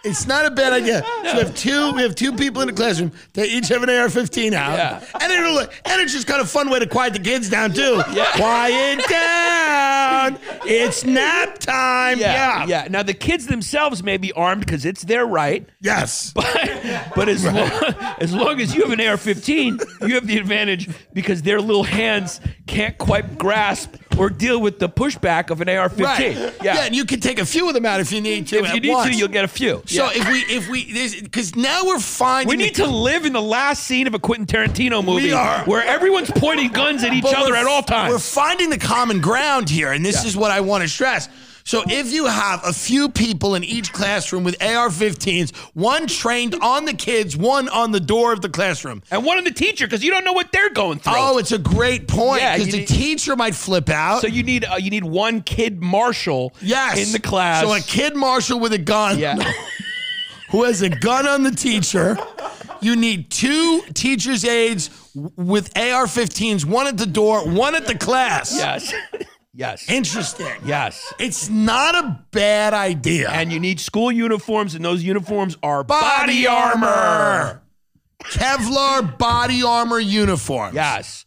Speaker 1: It's not a bad idea. So we have two. We have two people in the classroom. They each have an AR-15 out,
Speaker 2: Yeah.
Speaker 1: and it'll and it's just kind of a fun way to quiet the kids down too. Quiet down. It's nap time. Yeah.
Speaker 2: yeah. yeah. Now the kids themselves may be armed because it's their right.
Speaker 1: Yes.
Speaker 2: But as, long, as long as you have an AR 15, you have the advantage because their little hands can't quite grasp or deal with the pushback of an AR 15.
Speaker 1: Right.
Speaker 2: Yeah.
Speaker 1: And you can take a few of them out if you need to.
Speaker 2: if
Speaker 1: at
Speaker 2: you need to,
Speaker 1: once.
Speaker 2: you'll get a few.
Speaker 1: So
Speaker 2: Yeah.
Speaker 1: if we if we because now we're finding
Speaker 2: we
Speaker 1: the-
Speaker 2: need to live in the last scene of a Quentin Tarantino movie
Speaker 1: are.
Speaker 2: where everyone's pointing guns at each
Speaker 1: But
Speaker 2: other
Speaker 1: we're-
Speaker 2: at all
Speaker 1: We're
Speaker 2: times.
Speaker 1: finding the common ground here, and this
Speaker 2: Yeah.
Speaker 1: is what I want to stress. So, if you have a few people in each classroom with AR 15s, one trained on the kids, one on the door of the classroom.
Speaker 2: and one on the teacher because you don't know what they're going through.
Speaker 1: Oh, it's a great point
Speaker 2: Yeah,
Speaker 1: because
Speaker 2: you
Speaker 1: the
Speaker 2: need-
Speaker 1: teacher might flip out.
Speaker 2: so you need uh, you need one kid marshal
Speaker 1: yes.
Speaker 2: in the class.
Speaker 1: So, a kid marshal with a gun
Speaker 2: yeah.
Speaker 1: who has a gun on the teacher. You need two teacher's aides w- with AR 15s, one at the door, one at the class.
Speaker 2: yes. Yes.
Speaker 1: Interesting.
Speaker 2: yes.
Speaker 1: It's not a bad idea.
Speaker 2: And you need school uniforms, and those uniforms are body, armor.
Speaker 1: Kevlar body armor uniforms.
Speaker 2: Yes.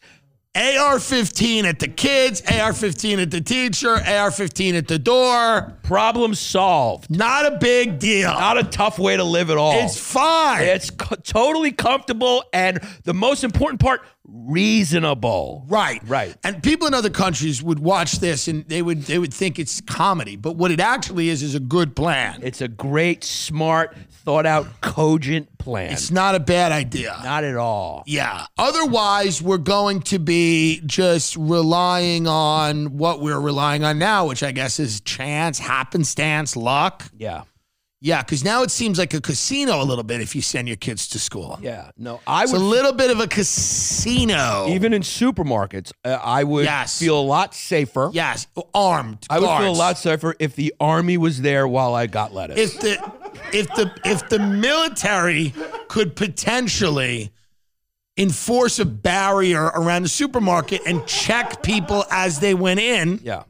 Speaker 1: AR 15 at the kids, AR 15 at the teacher, AR 15 at the door.
Speaker 2: Problem solved.
Speaker 1: Not a big deal.
Speaker 2: Not a tough way to live at all.
Speaker 1: it's fine.
Speaker 2: It's co- totally comfortable, and the most important part, reasonable.
Speaker 1: right.
Speaker 2: Right.
Speaker 1: And people in other countries would watch this and they would they would think it's comedy, but what it actually is is a good plan.
Speaker 2: It's a great, smart, thought out, cogent plan.
Speaker 1: it's not a bad idea.
Speaker 2: not at all.
Speaker 1: Yeah. Otherwise, we're going to be just relying on what we're relying on now, which I guess is chance, happenstance, luck.
Speaker 2: Yeah.
Speaker 1: Yeah, because now it seems like a casino a little bit if you send your kids to school.
Speaker 2: Yeah. No, I
Speaker 1: It's a
Speaker 2: would.
Speaker 1: little bit of a casino.
Speaker 2: Even in supermarkets, uh, I would
Speaker 1: Yes.
Speaker 2: feel a lot safer.
Speaker 1: yes, armed.
Speaker 2: I would feel a
Speaker 1: guards.
Speaker 2: lot safer if the army was there while I got lettuce.
Speaker 1: If the if the if the military could potentially enforce a barrier around the supermarket and check people as they went in.
Speaker 2: Yeah.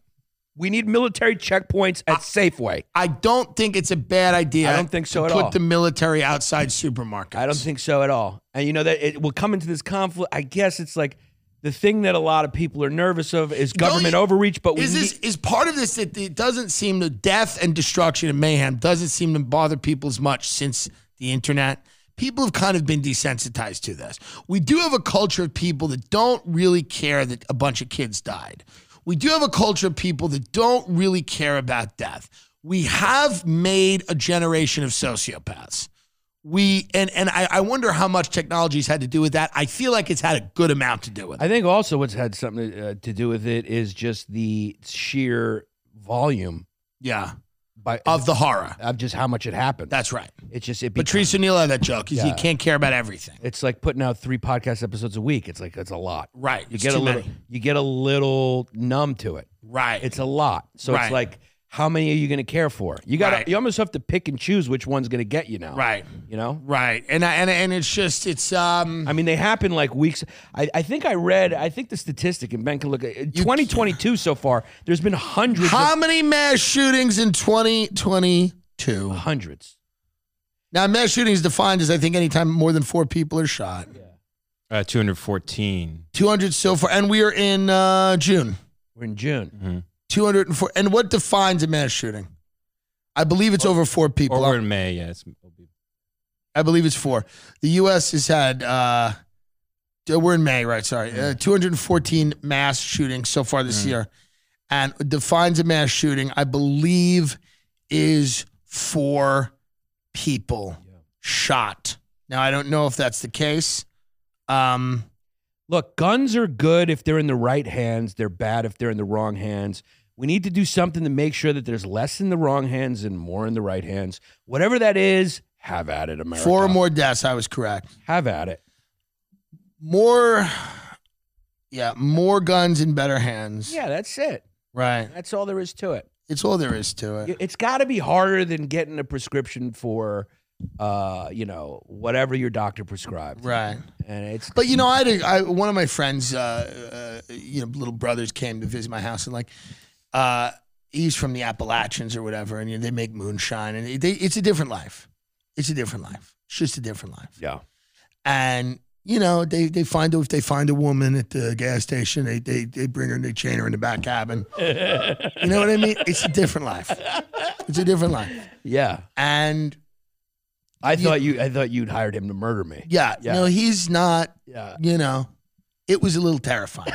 Speaker 2: We need military checkpoints at Safeway.
Speaker 1: I don't think it's a bad idea.
Speaker 2: I don't think so
Speaker 1: to
Speaker 2: at
Speaker 1: put
Speaker 2: all.
Speaker 1: the military outside supermarkets.
Speaker 2: I don't think so at all. And you know that it will come into this conflict. I guess it's like the thing that a lot of people are nervous of is
Speaker 1: Don't
Speaker 2: government
Speaker 1: you-
Speaker 2: overreach, but we
Speaker 1: Is this
Speaker 2: need-
Speaker 1: is part of this that it doesn't seem to death and destruction and mayhem doesn't seem to bother people as much since the internet. People have kind of been desensitized to this. We do have a culture of people that don't really care that a bunch of kids died. We do have a culture of people that don't really care about death. We have made a generation of sociopaths. We and and I, I wonder how much technology's had to do with that. I feel like it's had a good amount to do with it.
Speaker 2: I think also what's had something uh, to do with it is just the sheer volume
Speaker 1: Yeah.
Speaker 2: by of,
Speaker 1: Of the horror.
Speaker 2: just how much it happened.
Speaker 1: That's right.
Speaker 2: it's just it. Beca-
Speaker 1: Patrice O'Neill had that joke. He's, You
Speaker 2: Yeah.
Speaker 1: can't care about everything.
Speaker 2: it's like putting out three podcast episodes a week. It's like it's a lot.
Speaker 1: Right.
Speaker 2: You
Speaker 1: It's
Speaker 2: get a
Speaker 1: too
Speaker 2: little.
Speaker 1: many.
Speaker 2: You get a little numb to it.
Speaker 1: Right.
Speaker 2: It's a lot. So
Speaker 1: Right.
Speaker 2: it's like, how many are you going to care for? You got.
Speaker 1: Right.
Speaker 2: to You almost have to pick and choose which one's going to get you now.
Speaker 1: right.
Speaker 2: You know.
Speaker 1: Right. And I, and and it's just it's um
Speaker 2: I mean, they happen like weeks. I, I think I read. I think the statistic, and Ben can look at twenty twenty two so far. There's been hundreds,
Speaker 1: how
Speaker 2: of,
Speaker 1: many mass shootings in 2022?
Speaker 2: hundreds.
Speaker 1: Now mass shootings defined as I think anytime more than 4 people are shot.
Speaker 3: Uh, 214.
Speaker 1: 200 so far and we are in uh June.
Speaker 2: We're in
Speaker 1: Mm-hmm.
Speaker 2: June.
Speaker 1: 204 and what defines a mass shooting? I believe it's over 4
Speaker 3: Or
Speaker 1: people.
Speaker 3: we're in May, yeah. It's, it'll be-
Speaker 1: I believe it's four. The U.S. has had, uh, uh, we're in May, right? Sorry. Uh, 214 mass shootings so far this year. And defines a mass shooting, I believe, is four people shot. Now, I don't know if that's the case. Um,
Speaker 2: Look, guns are good if they're in the right hands. They're bad if they're in the wrong hands. We need to do something to make sure that there's less in the wrong hands and more in the right hands. Whatever that is, have at it, America.
Speaker 1: four or more deaths, I was correct.
Speaker 2: Have at it.
Speaker 1: More, yeah, more guns in better hands.
Speaker 2: Yeah, that's it.
Speaker 1: Right.
Speaker 2: That's all there is to it.
Speaker 1: It's all there is to it.
Speaker 2: It's got to be harder than getting a prescription for, uh, you know, whatever your doctor prescribed.
Speaker 1: Right.
Speaker 2: And it's
Speaker 1: But you know, I, had a, I one of my friends, uh, uh, you know, little brothers came to visit my house, and like, uh, he's from the Appalachians or whatever, and you know, they make moonshine, and they, it's a different life. It's a different life. It's just a different life.
Speaker 2: Yeah.
Speaker 1: And you know, they they find if they find a woman at the gas station, they they they bring her and they chain her in the back cabin. you know what I mean? It's a different life. It's a different life.
Speaker 2: Yeah.
Speaker 1: And
Speaker 2: I thought you I thought you'd hired him to murder me.
Speaker 1: yeah,
Speaker 2: Yeah.
Speaker 1: no, he's not.
Speaker 2: Yeah.
Speaker 1: You know, it was a little terrifying.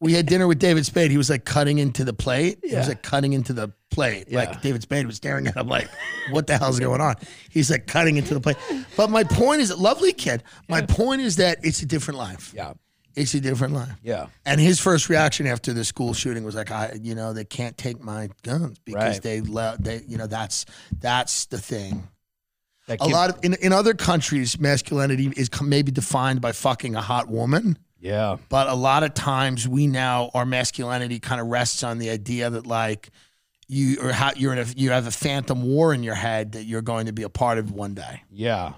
Speaker 1: we had dinner with David Spade. He was like cutting into the plate. He
Speaker 2: Yeah.
Speaker 1: was like cutting into the plate.
Speaker 2: Yeah.
Speaker 1: Like David Spade was staring at him like, what the hell's going on? He's like cutting into the plate. But my point is, lovely kid. My point is that it's a different life.
Speaker 2: Yeah.
Speaker 1: It's a different life.
Speaker 2: Yeah.
Speaker 1: And his first reaction after the school shooting was like, I, you know, they can't take my guns because
Speaker 2: Right.
Speaker 1: they, le- they, you know, that's that's the thing.
Speaker 2: That
Speaker 1: A
Speaker 2: kid-
Speaker 1: lot of in, in other countries, masculinity is com- maybe defined by fucking a hot woman,
Speaker 2: Yeah.
Speaker 1: but a lot of times we now our masculinity kind of rests on the idea that like you or how you're in a you have a phantom war in your head that you're going to be a part of one day.
Speaker 2: Yeah.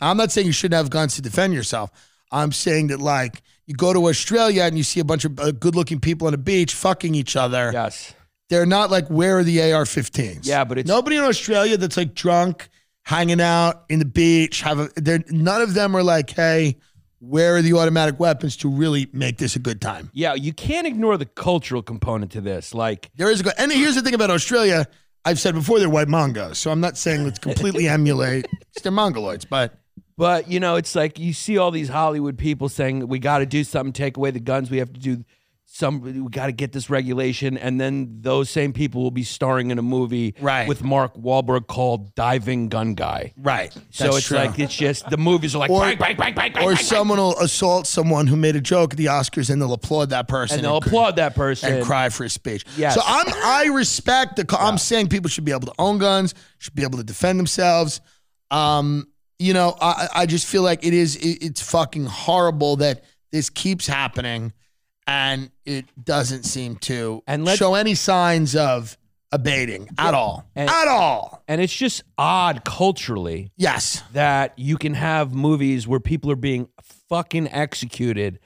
Speaker 1: I'm not saying you shouldn't have guns to defend yourself. I'm saying that like you go to Australia and you see a bunch of uh, good-looking people on a beach fucking each other.
Speaker 2: Yes.
Speaker 1: They're not like where are the AR-15s?
Speaker 2: Yeah, but it's-
Speaker 1: nobody in Australia that's like drunk, hanging out in the beach. Have a, they're none of them are like, hey, where are the automatic weapons to really make this a good time?
Speaker 2: Yeah. You can't ignore the cultural component to this. Like
Speaker 1: There is a good. And here's the thing about Australia. I've said before they're white Mongols, so I'm not saying let's completely emulate. They're Mongoloids, but
Speaker 2: But you know, it's like you see all these Hollywood people saying we got to do something, take away the guns, we have to do some, we got to get this regulation, and then those same people will be starring in a movie
Speaker 1: Right.
Speaker 2: with Mark Wahlberg called Diving Gun Guy.
Speaker 1: right.
Speaker 2: so it's like it's just the movies are like
Speaker 1: Or-
Speaker 2: bang, bang, bang, bang, bang,
Speaker 1: or
Speaker 2: bang,
Speaker 1: someone will assault someone who made a joke at the Oscars, and they'll applaud that person,
Speaker 2: and they'll applaud that person.
Speaker 1: and cry for his speech.
Speaker 2: Yes.
Speaker 1: So I'm I respect the. co- I'm saying people should be able to own guns, should be able to defend themselves. Um, you know, I I I just feel like it is it, it's fucking horrible that this keeps happening, and it doesn't seem to
Speaker 2: And let's-
Speaker 1: show any signs of abating at all,
Speaker 2: And-
Speaker 1: at all.
Speaker 2: And it's just odd culturally
Speaker 1: Yes.
Speaker 2: that you can have movies where people are being fucking executed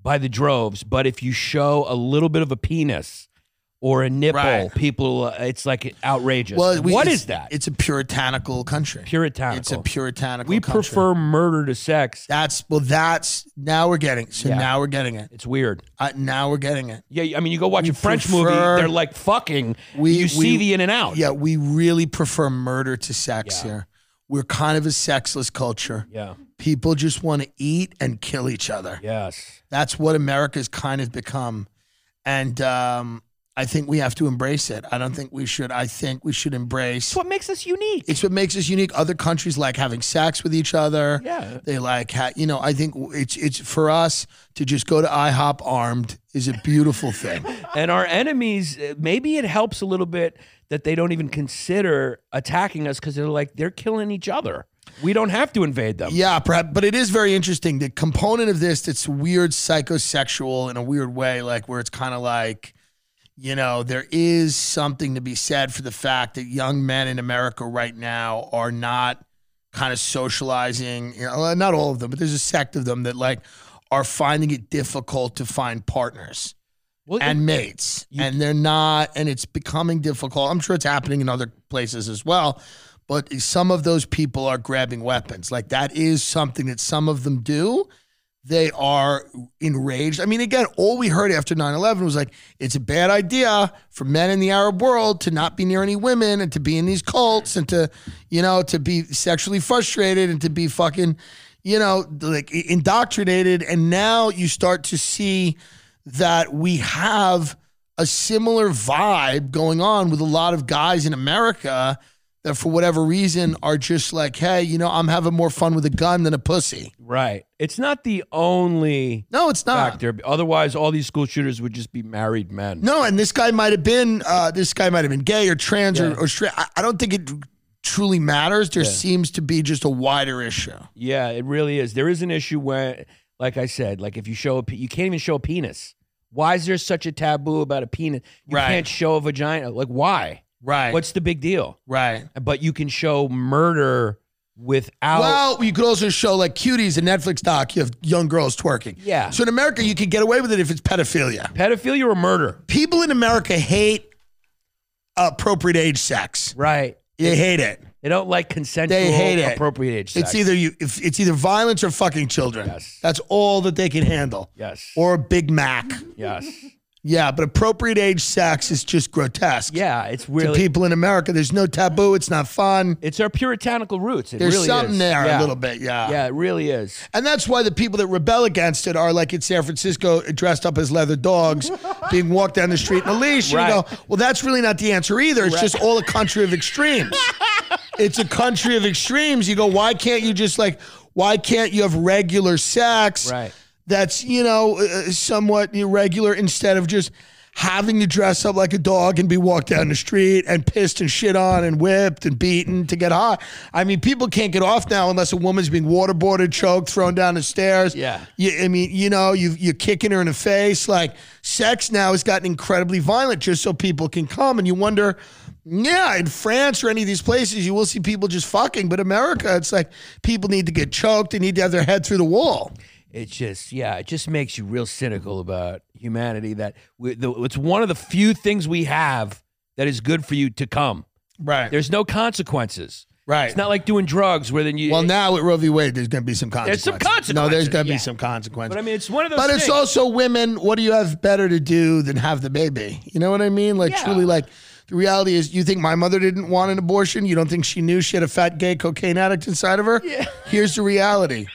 Speaker 2: by the droves, but if you show a little bit of a penis or a nipple,
Speaker 1: Right.
Speaker 2: people, uh, it's like outrageous.
Speaker 1: Well, we-
Speaker 2: what
Speaker 1: it's-
Speaker 2: is that?
Speaker 1: It's a puritanical country.
Speaker 2: puritanical.
Speaker 1: It's a puritanical.
Speaker 2: we
Speaker 1: country.
Speaker 2: prefer murder to sex.
Speaker 1: That's well. That's now we're getting. So
Speaker 2: Yeah.
Speaker 1: now we're getting it.
Speaker 2: It's weird.
Speaker 1: Uh, now we're getting it.
Speaker 2: Yeah, I mean, you go watch
Speaker 1: We
Speaker 2: a French
Speaker 1: prefer-
Speaker 2: movie, they're like fucking.
Speaker 1: We-
Speaker 2: you
Speaker 1: we-
Speaker 2: see the in and out.
Speaker 1: Yeah, we really prefer murder to sex
Speaker 2: Yeah.
Speaker 1: here. We're kind of a sexless culture.
Speaker 2: Yeah.
Speaker 1: People just want to eat and kill each other.
Speaker 2: Yes.
Speaker 1: That's what America's kind of become, and um, I think we have to embrace it. I don't think we should. I think we should embrace.
Speaker 2: It's what makes us unique.
Speaker 1: It's what makes us unique. Other countries like having sex with each other.
Speaker 2: yeah.
Speaker 1: They like, ha- you know, I think it's it's for us to just go to IHOP armed is a beautiful thing.
Speaker 2: And our enemies, uh, maybe it helps a little bit that they don't even consider attacking us because they're like, they're killing each other. We don't have to invade them.
Speaker 1: Yeah, perhaps, but it is very interesting. The component of this that's weird, psychosexual in a weird way, like where it's kind of like, you know, there is something to be said for the fact that young men in America right now are not kind of socializing. You know, not all of them, but there's a sect of them that like are finding it difficult to find partners
Speaker 2: Well,
Speaker 1: and mates
Speaker 2: you-
Speaker 1: and they're not and it's becoming difficult i'm sure it's happening in other places as well but some of those people are grabbing weapons like that is something that some of them do they are enraged i mean again all we heard after 9-11 was like it's a bad idea for men in the arab world to not be near any women and to be in these cults and to you know to be sexually frustrated and to be fucking you know like indoctrinated and now you start to see that we have a similar vibe going on with a lot of guys in America that, for whatever reason, are just like, hey, you know, I'm having more fun with a gun than a pussy.
Speaker 2: right. It's not the only
Speaker 1: No, it's not.
Speaker 2: factor. Otherwise, all these school shooters would just be married men.
Speaker 1: Ah. No, and this guy might have been uh, this guy might have been gay or trans or, or straight. I, I don't think it truly matters. There seems to be just a wider issue.
Speaker 2: Yeah, it really is. There is an issue where, like I said, like if you show a, pe- you can't even show a penis. Why is there such a taboo about a penis? You
Speaker 1: Right.
Speaker 2: can't show a vagina. Like why?
Speaker 1: Right.
Speaker 2: What's the big deal?
Speaker 1: right?
Speaker 2: But you can show murder without.
Speaker 1: Well, you could also show like cuties, a Netflix doc. You have young girls twerking.
Speaker 2: Yeah.
Speaker 1: So in America, you could get away with it if it's pedophilia.
Speaker 2: pedophilia or murder.
Speaker 1: people in America hate appropriate age sex.
Speaker 2: Right.
Speaker 1: They hate it.
Speaker 2: They don't like consensual
Speaker 1: They hate it.
Speaker 2: appropriate age sex.
Speaker 1: It's either you. If it's either violence or fucking children.
Speaker 2: Yes.
Speaker 1: That's all that they can handle.
Speaker 2: yes.
Speaker 1: Or a Big Mac.
Speaker 2: yes.
Speaker 1: Yeah, but appropriate age sex is just grotesque.
Speaker 2: Yeah, it's
Speaker 1: To
Speaker 2: really
Speaker 1: people in America, there's no taboo. It's not fun.
Speaker 2: it's our puritanical roots. It
Speaker 1: There's
Speaker 2: really
Speaker 1: something
Speaker 2: is.
Speaker 1: there a
Speaker 2: yeah.
Speaker 1: little bit. Yeah.
Speaker 2: Yeah, it really is.
Speaker 1: And that's why the people that rebel against it are like in San Francisco, dressed up as leather dogs, being walked down the street in a leash. And You
Speaker 2: Right.
Speaker 1: go, well, that's really not the answer either. It's just all a country of extremes. it's a country of extremes. You go, why can't you just like, why can't you have regular sex?
Speaker 2: Right.
Speaker 1: That's you know uh, somewhat irregular instead of just having to dress up like a dog and be walked down the street and pissed and shit on and whipped and beaten to get hot. I mean, people can't get off now unless a woman's being waterboarded, choked, thrown down the stairs.
Speaker 2: Yeah.
Speaker 1: You, I mean, you know, you you're kicking her in the face. Like sex now has gotten incredibly violent just so people can come, and you wonder. Yeah, in France or any of these places, you will see people just fucking. But America, it's like people need to get choked. They need to have their head through the wall.
Speaker 2: It's just yeah, it just makes you real cynical about humanity. That we, the, it's one of the few things we have that is good for you to come.
Speaker 1: Right.
Speaker 2: There's no consequences.
Speaker 1: Right.
Speaker 2: It's not like doing drugs where then you.
Speaker 1: well, now with Roe v. Wade, there's going to be some
Speaker 2: There's
Speaker 1: consequences.
Speaker 2: some
Speaker 1: No, there's going to be
Speaker 2: consequences,
Speaker 1: some consequences.
Speaker 2: But I mean, it's one of those.
Speaker 1: But
Speaker 2: things.
Speaker 1: it's also women. What do you have better to do than have the baby? You know what I mean? Like
Speaker 2: Yeah.
Speaker 1: truly, like the reality is, you think my mother didn't want an abortion? You don't think she knew she had a fat gay cocaine addict inside of her? Yeah. Here's the reality.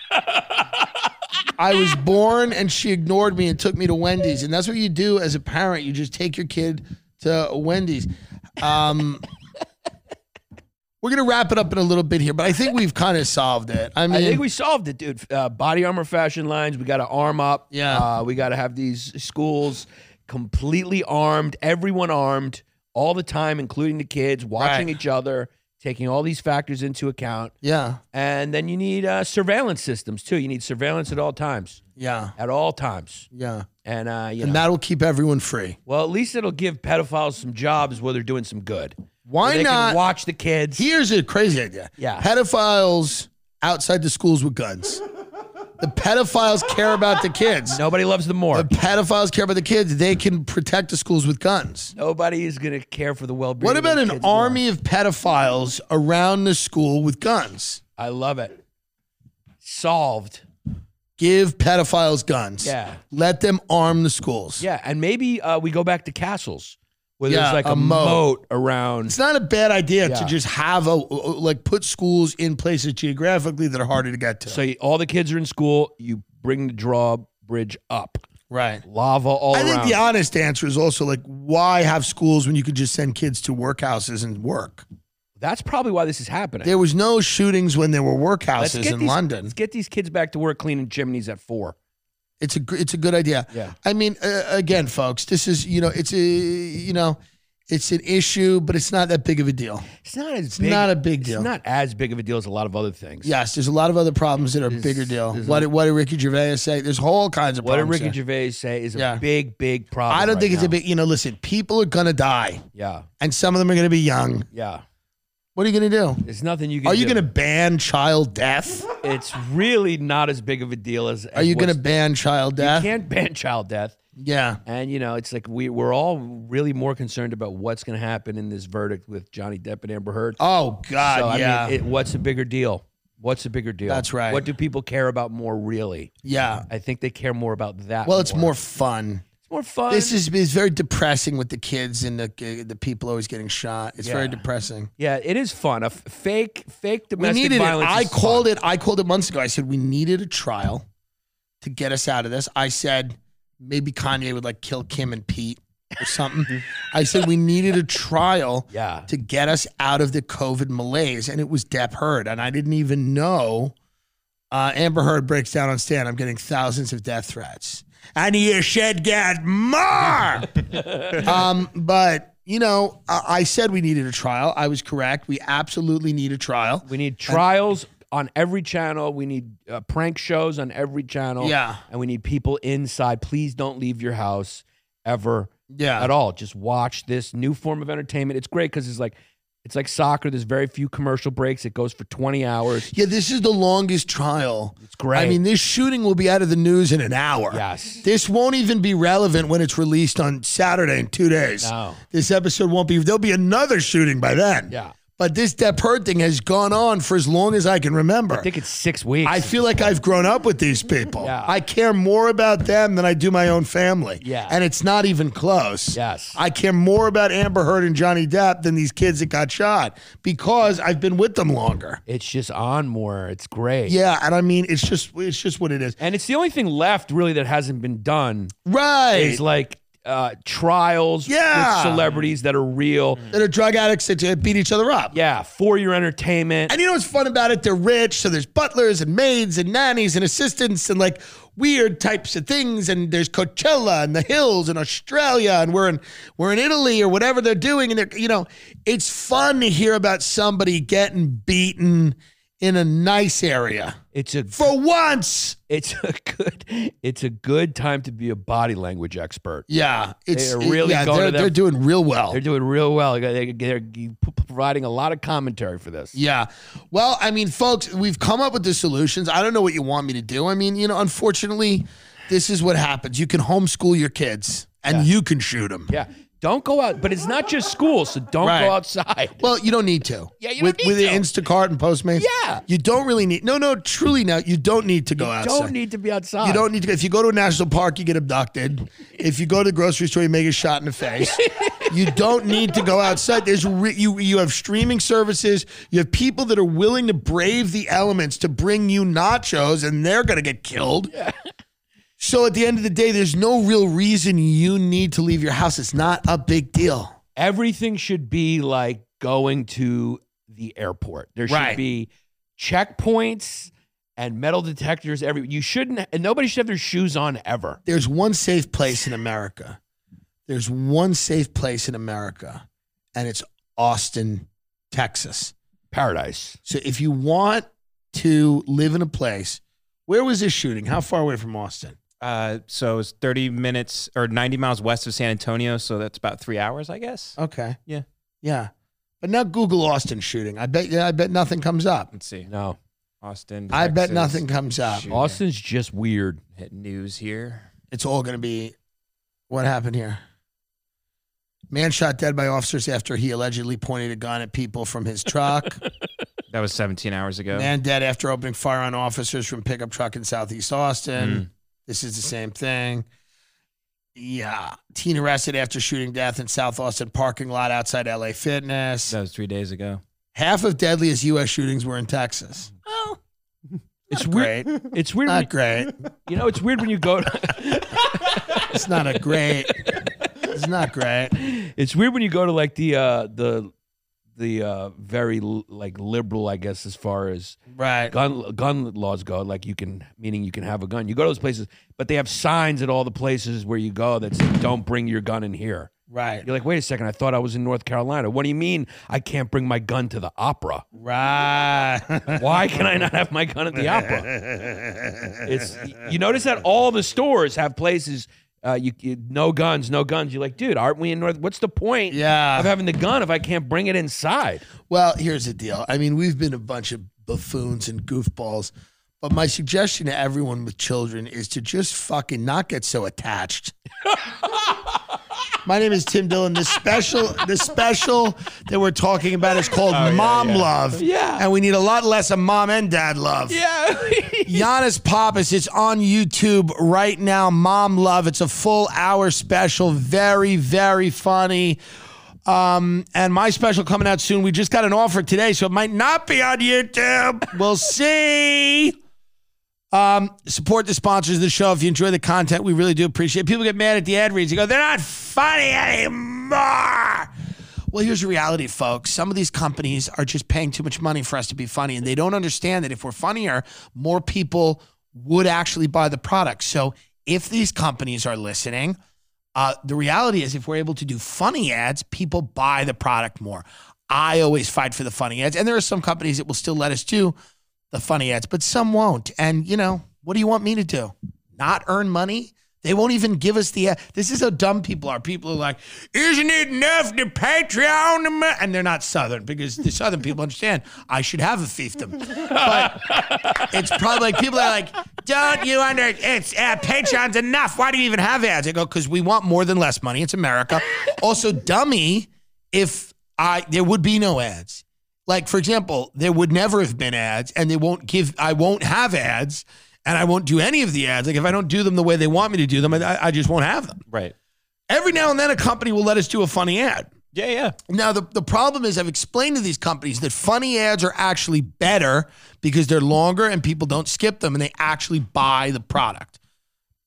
Speaker 1: I was born and she ignored me and took me to Wendy's, and that's what you do as a parent. You just take your kid to Wendy's. Um, we're gonna wrap it up in a little bit here, but I think we've kind of solved it. I mean,
Speaker 2: I think we solved it, dude. Uh, body armor fashion lines. We got to arm up.
Speaker 1: Yeah.
Speaker 2: Uh, we got to have these schools completely armed, everyone armed all the time, including the kids, watching
Speaker 1: Right.
Speaker 2: each other, taking all these factors into account.
Speaker 1: yeah,
Speaker 2: And then you need uh, surveillance systems too. You need surveillance at all times,
Speaker 1: yeah,
Speaker 2: at all times.
Speaker 1: yeah.
Speaker 2: And uh, you know,
Speaker 1: And that'll keep everyone free.
Speaker 2: well, at least it'll give pedophiles some jobs where they're doing some good.
Speaker 1: Why
Speaker 2: Where they
Speaker 1: not?
Speaker 2: Can watch the kids.
Speaker 1: Here's a crazy idea.
Speaker 2: Yeah.
Speaker 1: Pedophiles outside the schools with guns. the pedophiles care about the kids.
Speaker 2: Nobody loves them more.
Speaker 1: The pedophiles care about the kids. They can protect the schools with guns.
Speaker 2: Nobody is going to care for the well-being.
Speaker 1: What
Speaker 2: of the
Speaker 1: about an
Speaker 2: kids more.
Speaker 1: army of pedophiles around the school with guns?
Speaker 2: I love it. Solved.
Speaker 1: Give pedophiles guns.
Speaker 2: Yeah.
Speaker 1: Let them arm the schools.
Speaker 2: Yeah, and maybe uh, we go back to castles where
Speaker 1: Yeah,
Speaker 2: there's like
Speaker 1: a
Speaker 2: a,
Speaker 1: moat.
Speaker 2: moat. around.
Speaker 1: It's not a bad idea to
Speaker 2: Yeah.
Speaker 1: just have a like put schools in places geographically that are harder to get to.
Speaker 2: So you, all the kids are in school. You bring the drawbridge up,
Speaker 1: right.
Speaker 2: lava all
Speaker 1: I
Speaker 2: around.
Speaker 1: think the honest answer is also like, why have schools when you could just send kids to workhouses and work?
Speaker 2: That's probably why this is happening.
Speaker 1: There was no shootings when there were
Speaker 2: Let's
Speaker 1: workhouses
Speaker 2: get
Speaker 1: in
Speaker 2: these-
Speaker 1: London.
Speaker 2: Let's get these kids back to work cleaning chimneys at four.
Speaker 1: It's a gr- it's a good idea.
Speaker 2: Yeah.
Speaker 1: I mean, uh, again, folks, this is you know it's a you know it's an issue, but it's not that big of a deal.
Speaker 2: It's not as it's
Speaker 1: not a big deal.
Speaker 2: It's not as big of a deal as a lot of other things.
Speaker 1: Yes, there's a lot of other problems that are
Speaker 2: There's-
Speaker 1: bigger deal.
Speaker 2: there's
Speaker 1: What
Speaker 2: a-
Speaker 1: did, what did Ricky Gervais say? There's whole kinds of
Speaker 2: What did
Speaker 1: problems.
Speaker 2: Ricky
Speaker 1: there.
Speaker 2: Gervais say is a
Speaker 1: Yeah.
Speaker 2: big, big problem.
Speaker 1: I don't
Speaker 2: right
Speaker 1: think it's
Speaker 2: now.
Speaker 1: a big. You know, listen, people are gonna die,
Speaker 2: Yeah,
Speaker 1: and some of them are gonna be young.
Speaker 2: yeah.
Speaker 1: What are you gonna do?
Speaker 2: There's nothing you can.
Speaker 1: Are you
Speaker 2: do.
Speaker 1: gonna ban child death?
Speaker 2: It's really not as big of a deal as.
Speaker 1: Are you going to ban child death?
Speaker 2: can't ban child death.
Speaker 1: Yeah.
Speaker 2: And you know, it's like we we're all really more concerned about what's going to happen in this verdict with Johnny Depp and Amber Heard.
Speaker 1: Oh God,
Speaker 2: so, I
Speaker 1: yeah,
Speaker 2: mean, it, what's a bigger deal? What's a bigger deal?
Speaker 1: That's right.
Speaker 2: What do people care about more, really?
Speaker 1: yeah.
Speaker 2: I think they care more about that.
Speaker 1: Well, it's more fun.
Speaker 2: It's more fun.
Speaker 1: This is is very depressing with the kids and the uh, the people always getting shot. It's very
Speaker 2: Yeah.
Speaker 1: depressing.
Speaker 2: yeah, it is fun. A f- fake, fake
Speaker 1: We
Speaker 2: domestic
Speaker 1: needed it.
Speaker 2: violence.
Speaker 1: I
Speaker 2: is
Speaker 1: called
Speaker 2: fun.
Speaker 1: it. I called it months ago. I said we needed a trial to get us out of this. I said maybe Kanye would like kill Kim and Pete or something. I said we needed a trial
Speaker 2: Yeah.
Speaker 1: to get us out of the COVID malaise, and it was Depp Heard, and I didn't even know. Uh, Amber Heard breaks down on stand. I'm getting thousands of death threats, and you should get more. um, but you know, I, I said we needed a trial. I was correct. We absolutely need a trial.
Speaker 2: We need trials on every channel. We need uh, prank shows on every channel.
Speaker 1: Yeah.
Speaker 2: And we need people inside. Please don't leave your house ever
Speaker 1: Yeah.
Speaker 2: at all. Just watch this new form of entertainment. It's great because it's like it's like soccer. There's very few commercial breaks. It goes for 20 hours.
Speaker 1: Yeah, this is the longest trial.
Speaker 2: It's great.
Speaker 1: I mean, this shooting will be out of the news in an hour.
Speaker 2: Yes.
Speaker 1: This won't even be relevant when it's released on Saturday in two days.
Speaker 2: No.
Speaker 1: This episode won't be. There'll be another shooting by then.
Speaker 2: Yeah.
Speaker 1: But this Depard thing has gone on for as long as I can remember.
Speaker 2: I think it's six weeks.
Speaker 1: I feel like I've grown up with these people.
Speaker 2: Yeah.
Speaker 1: I care more about them than I do my own family.
Speaker 2: Yeah.
Speaker 1: And it's not even close.
Speaker 2: Yes.
Speaker 1: I care more about Amber Heard and Johnny Depp than these kids that got shot because I've been with them longer.
Speaker 2: it's just on more. It's great.
Speaker 1: Yeah, and I mean it's just it's just what it is.
Speaker 2: And it's the only thing left really that hasn't been done
Speaker 1: Right.
Speaker 2: is like uh, trials
Speaker 1: Yeah. Mm.
Speaker 2: with celebrities that are real.
Speaker 1: that are drug addicts that uh, beat each other up.
Speaker 2: Yeah, for your entertainment.
Speaker 1: And you know what's fun about it? They're rich, so there's butlers and maids and nannies and assistants and like weird types of things. And there's Coachella and the hills and Australia, and we're in we're in Italy or whatever they're doing. And they're you know, it's fun to hear about somebody getting beaten in a nice area
Speaker 2: It's a
Speaker 1: for once.
Speaker 2: it's a good it's a good time to be a body language expert.
Speaker 1: Yeah, it's
Speaker 2: They are really
Speaker 1: yeah,
Speaker 2: going
Speaker 1: they're,
Speaker 2: to them.
Speaker 1: they're doing real well.
Speaker 2: They're doing real well. They- They're p- providing a lot of commentary for this.
Speaker 1: Yeah. Well, I mean, folks, we've come up with the solutions. I don't know what you want me to do. I mean, you know, unfortunately, this is what happens. You can homeschool your kids and you can shoot them.
Speaker 2: Yeah. Don't go out, but it's not just school, so don't
Speaker 1: Right.
Speaker 2: go outside.
Speaker 1: Well, you don't need to.
Speaker 2: Yeah, you
Speaker 1: with,
Speaker 2: don't need
Speaker 1: with
Speaker 2: to.
Speaker 1: the Instacart and Postmates.
Speaker 2: Yeah.
Speaker 1: You don't really need. No, no, truly now, you don't need to go outside.
Speaker 2: Don't need to be outside.
Speaker 1: You don't need to. go- If you go to a national park, you get abducted. If you go to the grocery store, you make a shot in the face. you don't need to go outside. There's re- you. You have streaming services. You have people that are willing to brave the elements to bring you nachos, and they're gonna get killed. So at the end of the day, there's no real reason you need to leave your house. It's not a big deal.
Speaker 2: everything should be like going to the airport. There should
Speaker 1: Right.
Speaker 2: be checkpoints and metal detectors. Every you shouldn't, and nobody should have their shoes on ever.
Speaker 1: There's one safe place in America. There's one safe place in America, and it's Austin, Texas.
Speaker 2: Paradise.
Speaker 1: So if you want to live in a place, where was this shooting? How far away from Austin?
Speaker 3: Uh, so it's 30 minutes or 90 miles west of San Antonio. So that's about three hours, I guess.
Speaker 1: Okay.
Speaker 3: Yeah.
Speaker 1: Yeah. But now Google Austin shooting. I bet yeah, I bet nothing comes up.
Speaker 3: Let's see.
Speaker 2: No,
Speaker 3: Austin.
Speaker 1: I bet
Speaker 3: Texas.
Speaker 1: nothing comes up.
Speaker 3: Shoot.
Speaker 2: Austin's just weird.
Speaker 3: Hit news here.
Speaker 1: It's all gonna be what happened here. Man shot dead by officers after he allegedly pointed a gun at people from his truck.
Speaker 3: That was 17 hours ago.
Speaker 1: Man dead after opening fire on officers from pickup truck in Southeast Austin. This is the same thing. Yeah. Teen arrested after shooting death in South Austin parking lot outside LA Fitness.
Speaker 3: That was three days ago.
Speaker 1: Half of deadliest U.S. shootings were in Texas.
Speaker 2: It's
Speaker 1: Great.
Speaker 2: weird. It's weird. When,
Speaker 1: Not great.
Speaker 2: you know, it's weird when you go.
Speaker 1: It's not a great. It's not great.
Speaker 2: it's weird when you go to like the uh, the the uh, very l- like liberal, I guess, as far as
Speaker 1: Right.
Speaker 2: gun gun laws go like you can meaning you can have a gun you go to those places but they have signs at all the places where you go that say don't bring your gun in here
Speaker 1: Right.
Speaker 2: you're like wait a second i thought i was in north carolina what do you mean i can't bring my gun to the opera
Speaker 1: Right.
Speaker 2: why can i not have my gun at the opera it's you notice that all the stores have places uh, you, you no guns no guns you're like dude aren't we in north what's the point of
Speaker 1: Yeah.
Speaker 2: having the gun if i can't bring it inside
Speaker 1: Well, here's the deal. I mean, we've been a bunch of buffoons and goofballs, but my suggestion to everyone with children is to just fucking not get so attached. My name is Tim Dillon. The special, the special that we're talking about is called Mom Love.
Speaker 2: Oh, Yeah.
Speaker 1: And we need a lot less of mom and dad love.
Speaker 2: yeah
Speaker 1: Giannis Pappas. It's on YouTube right now. Mom Love. It's a full hour special. Very, very funny. Um, and my special coming out soon. We just got an offer today, so it might not be on YouTube. We'll see. Um, support the sponsors of the show. If you enjoy the content, we really do appreciate it. People get mad at the ad reads. You go, they're not funny anymore. Well, here's the reality, folks. Some of these companies are just paying too much money for us to be funny, and they don't understand that if we're funnier, more people would actually buy the product. So if these companies are listening, uh, the reality is if we're able to do funny ads, people buy the product more. I always fight for the funny ads, and there are some companies that will still let us do the funny ads, but some won't. And you know, what do you want me to do? Not earn money? They won't even give us the. This is how dumb people are. People are like, "Isn't it enough to Patreon?" them?" And they're not Southern because the Southern people understand. I should have a fiefdom, but it's probably like people are like, "Don't you under? It's uh, Patreon's enough. Why do you even have ads?" I go because we want more than less money. It's America. Also, dummy, if I there would be no ads. Like, for example, there would never have been ads, and they won't give, I won't have ads, and I won't do any of the ads. Like, if I don't do them the way they want me to do them, I, I just won't have them.
Speaker 3: Right.
Speaker 1: Every now and then, a company will let us do a funny ad.
Speaker 3: Yeah, yeah.
Speaker 1: Now, the, the problem is, I've explained to these companies that funny ads are actually better because they're longer and people don't skip them and they actually buy the product.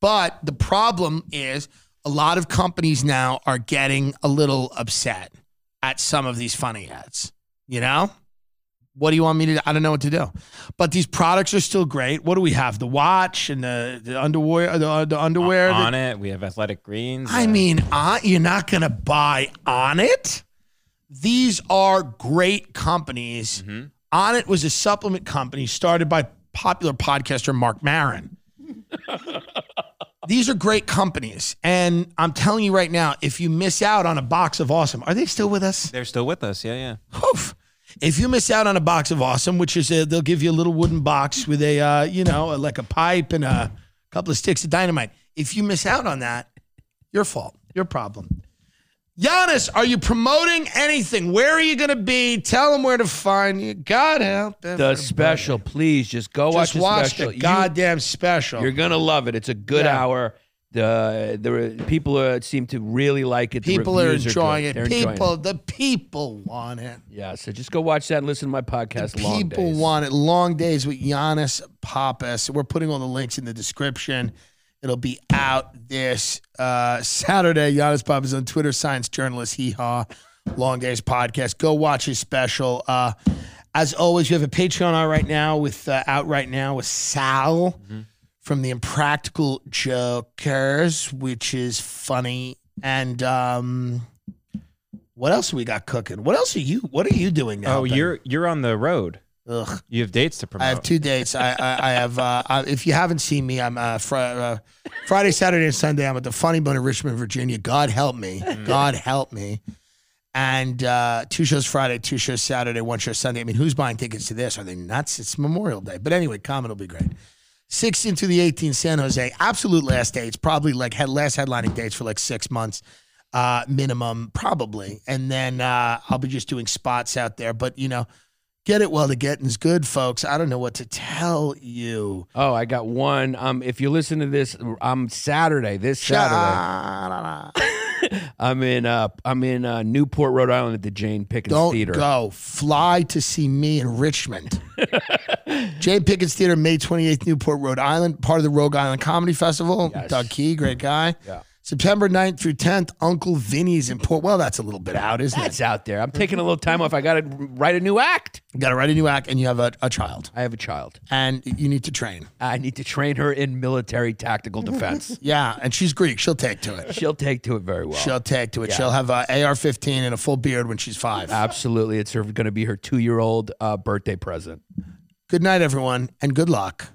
Speaker 1: But the problem is, a lot of companies now are getting a little upset at some of these funny ads. You know? What do you want me to do? I don't know what to do. But these products are still great. What do we have? The watch and the, the underwear, the, the underwear. that-
Speaker 3: On it, we have athletic greens.
Speaker 1: I
Speaker 3: uh,
Speaker 1: mean, uh, you're not going to buy on it. These are great companies. On it was a supplement company started by popular podcaster Mark Marin. These are great companies. And I'm telling you right now, if you miss out on a box of awesome, are they still with us?
Speaker 3: they're still with us. Yeah, yeah.
Speaker 1: Oof. If you miss out on a box of awesome, which is a, they'll give you a little wooden box with a uh, you know like a pipe and a couple of sticks of dynamite. If you miss out on that, your fault, your problem. Giannis, are you promoting anything? Where are you going to be? Tell them where to find you. God help
Speaker 2: The
Speaker 1: everybody.
Speaker 2: special, please just go
Speaker 1: Just
Speaker 2: watch the
Speaker 1: watch
Speaker 2: special.
Speaker 1: the
Speaker 2: You-
Speaker 1: goddamn special.
Speaker 2: You're gonna love it. It's a good
Speaker 1: Yeah.
Speaker 2: hour. The the people are, seem to really like it. The
Speaker 1: people are
Speaker 2: reviews
Speaker 1: enjoying
Speaker 2: good.
Speaker 1: it.
Speaker 2: They're enjoying
Speaker 1: people, the people want it.
Speaker 2: Yeah, so just go watch that and listen to my podcast. Long
Speaker 1: People
Speaker 2: Days.
Speaker 1: want it. Long days with Giannis Pappas. We're putting all the links in the description. It'll be out this uh, Saturday. Giannis Pappas on Twitter, science journalist, hee haw. Long days podcast. Go watch his special. Uh, as always, we have a Patreon out right now with uh, out right now with Sal from the Impractical Jokers, which is funny. And um, what else we got cooking? What else are you? What are you doing now?
Speaker 3: Oh,
Speaker 1: Ben?
Speaker 3: you're you're on the road.
Speaker 1: Ugh.
Speaker 3: You have dates to promote.
Speaker 1: I have two dates. I, I, I have. Uh, I, if you haven't seen me, I'm uh, fr- uh, Friday, Saturday, and Sunday. I'm at the Funny Bone in Richmond, Virginia. God help me. God help me. And uh, two shows Friday, two shows Saturday, one show Sunday. I mean, who's buying tickets to this? Are they nuts? It's Memorial Day. But anyway, comment will be great. 16th through the 18th, San Jose. Absolute last dates. Probably like had last headlining dates for like six months uh, minimum, probably. And then uh, I'll be just doing spots out there. But, you know, get it while the getting's good, folks. I don't know what to tell you.
Speaker 2: Oh, I got one. Um, if you listen to this, I'm Saturday. This Saturday,
Speaker 1: Sha-da-da.
Speaker 2: I'm in uh, I'm in uh, Newport, Rhode Island, at the Jane Pickens
Speaker 1: Don't
Speaker 2: Theater.
Speaker 1: go. Fly to see me in Richmond. Jay Pickett's Theater, May 28th, Newport, Rhode Island, part of the Rogue Island Comedy Festival.
Speaker 2: Yes.
Speaker 1: Doug Key, great guy.
Speaker 2: Yeah.
Speaker 1: September 9th through 10th, Uncle Vinny's in Port. Well, that's a little bit out, isn't
Speaker 2: That's
Speaker 1: it?
Speaker 2: out there. I'm taking a little time off. I got to write a new act.
Speaker 1: You got to write a new act, and you have a, a child,
Speaker 2: I have a child.
Speaker 1: and you need to train.
Speaker 2: I need to train her in military tactical defense.
Speaker 1: Yeah, and she's Greek. She'll take to it.
Speaker 2: She'll take to it very well.
Speaker 1: She'll take to it. She'll have a AR-15 and a full beard when she's five.
Speaker 2: Absolutely, it's her going to be her two year old uh, birthday present.
Speaker 1: Good night, everyone, and good luck.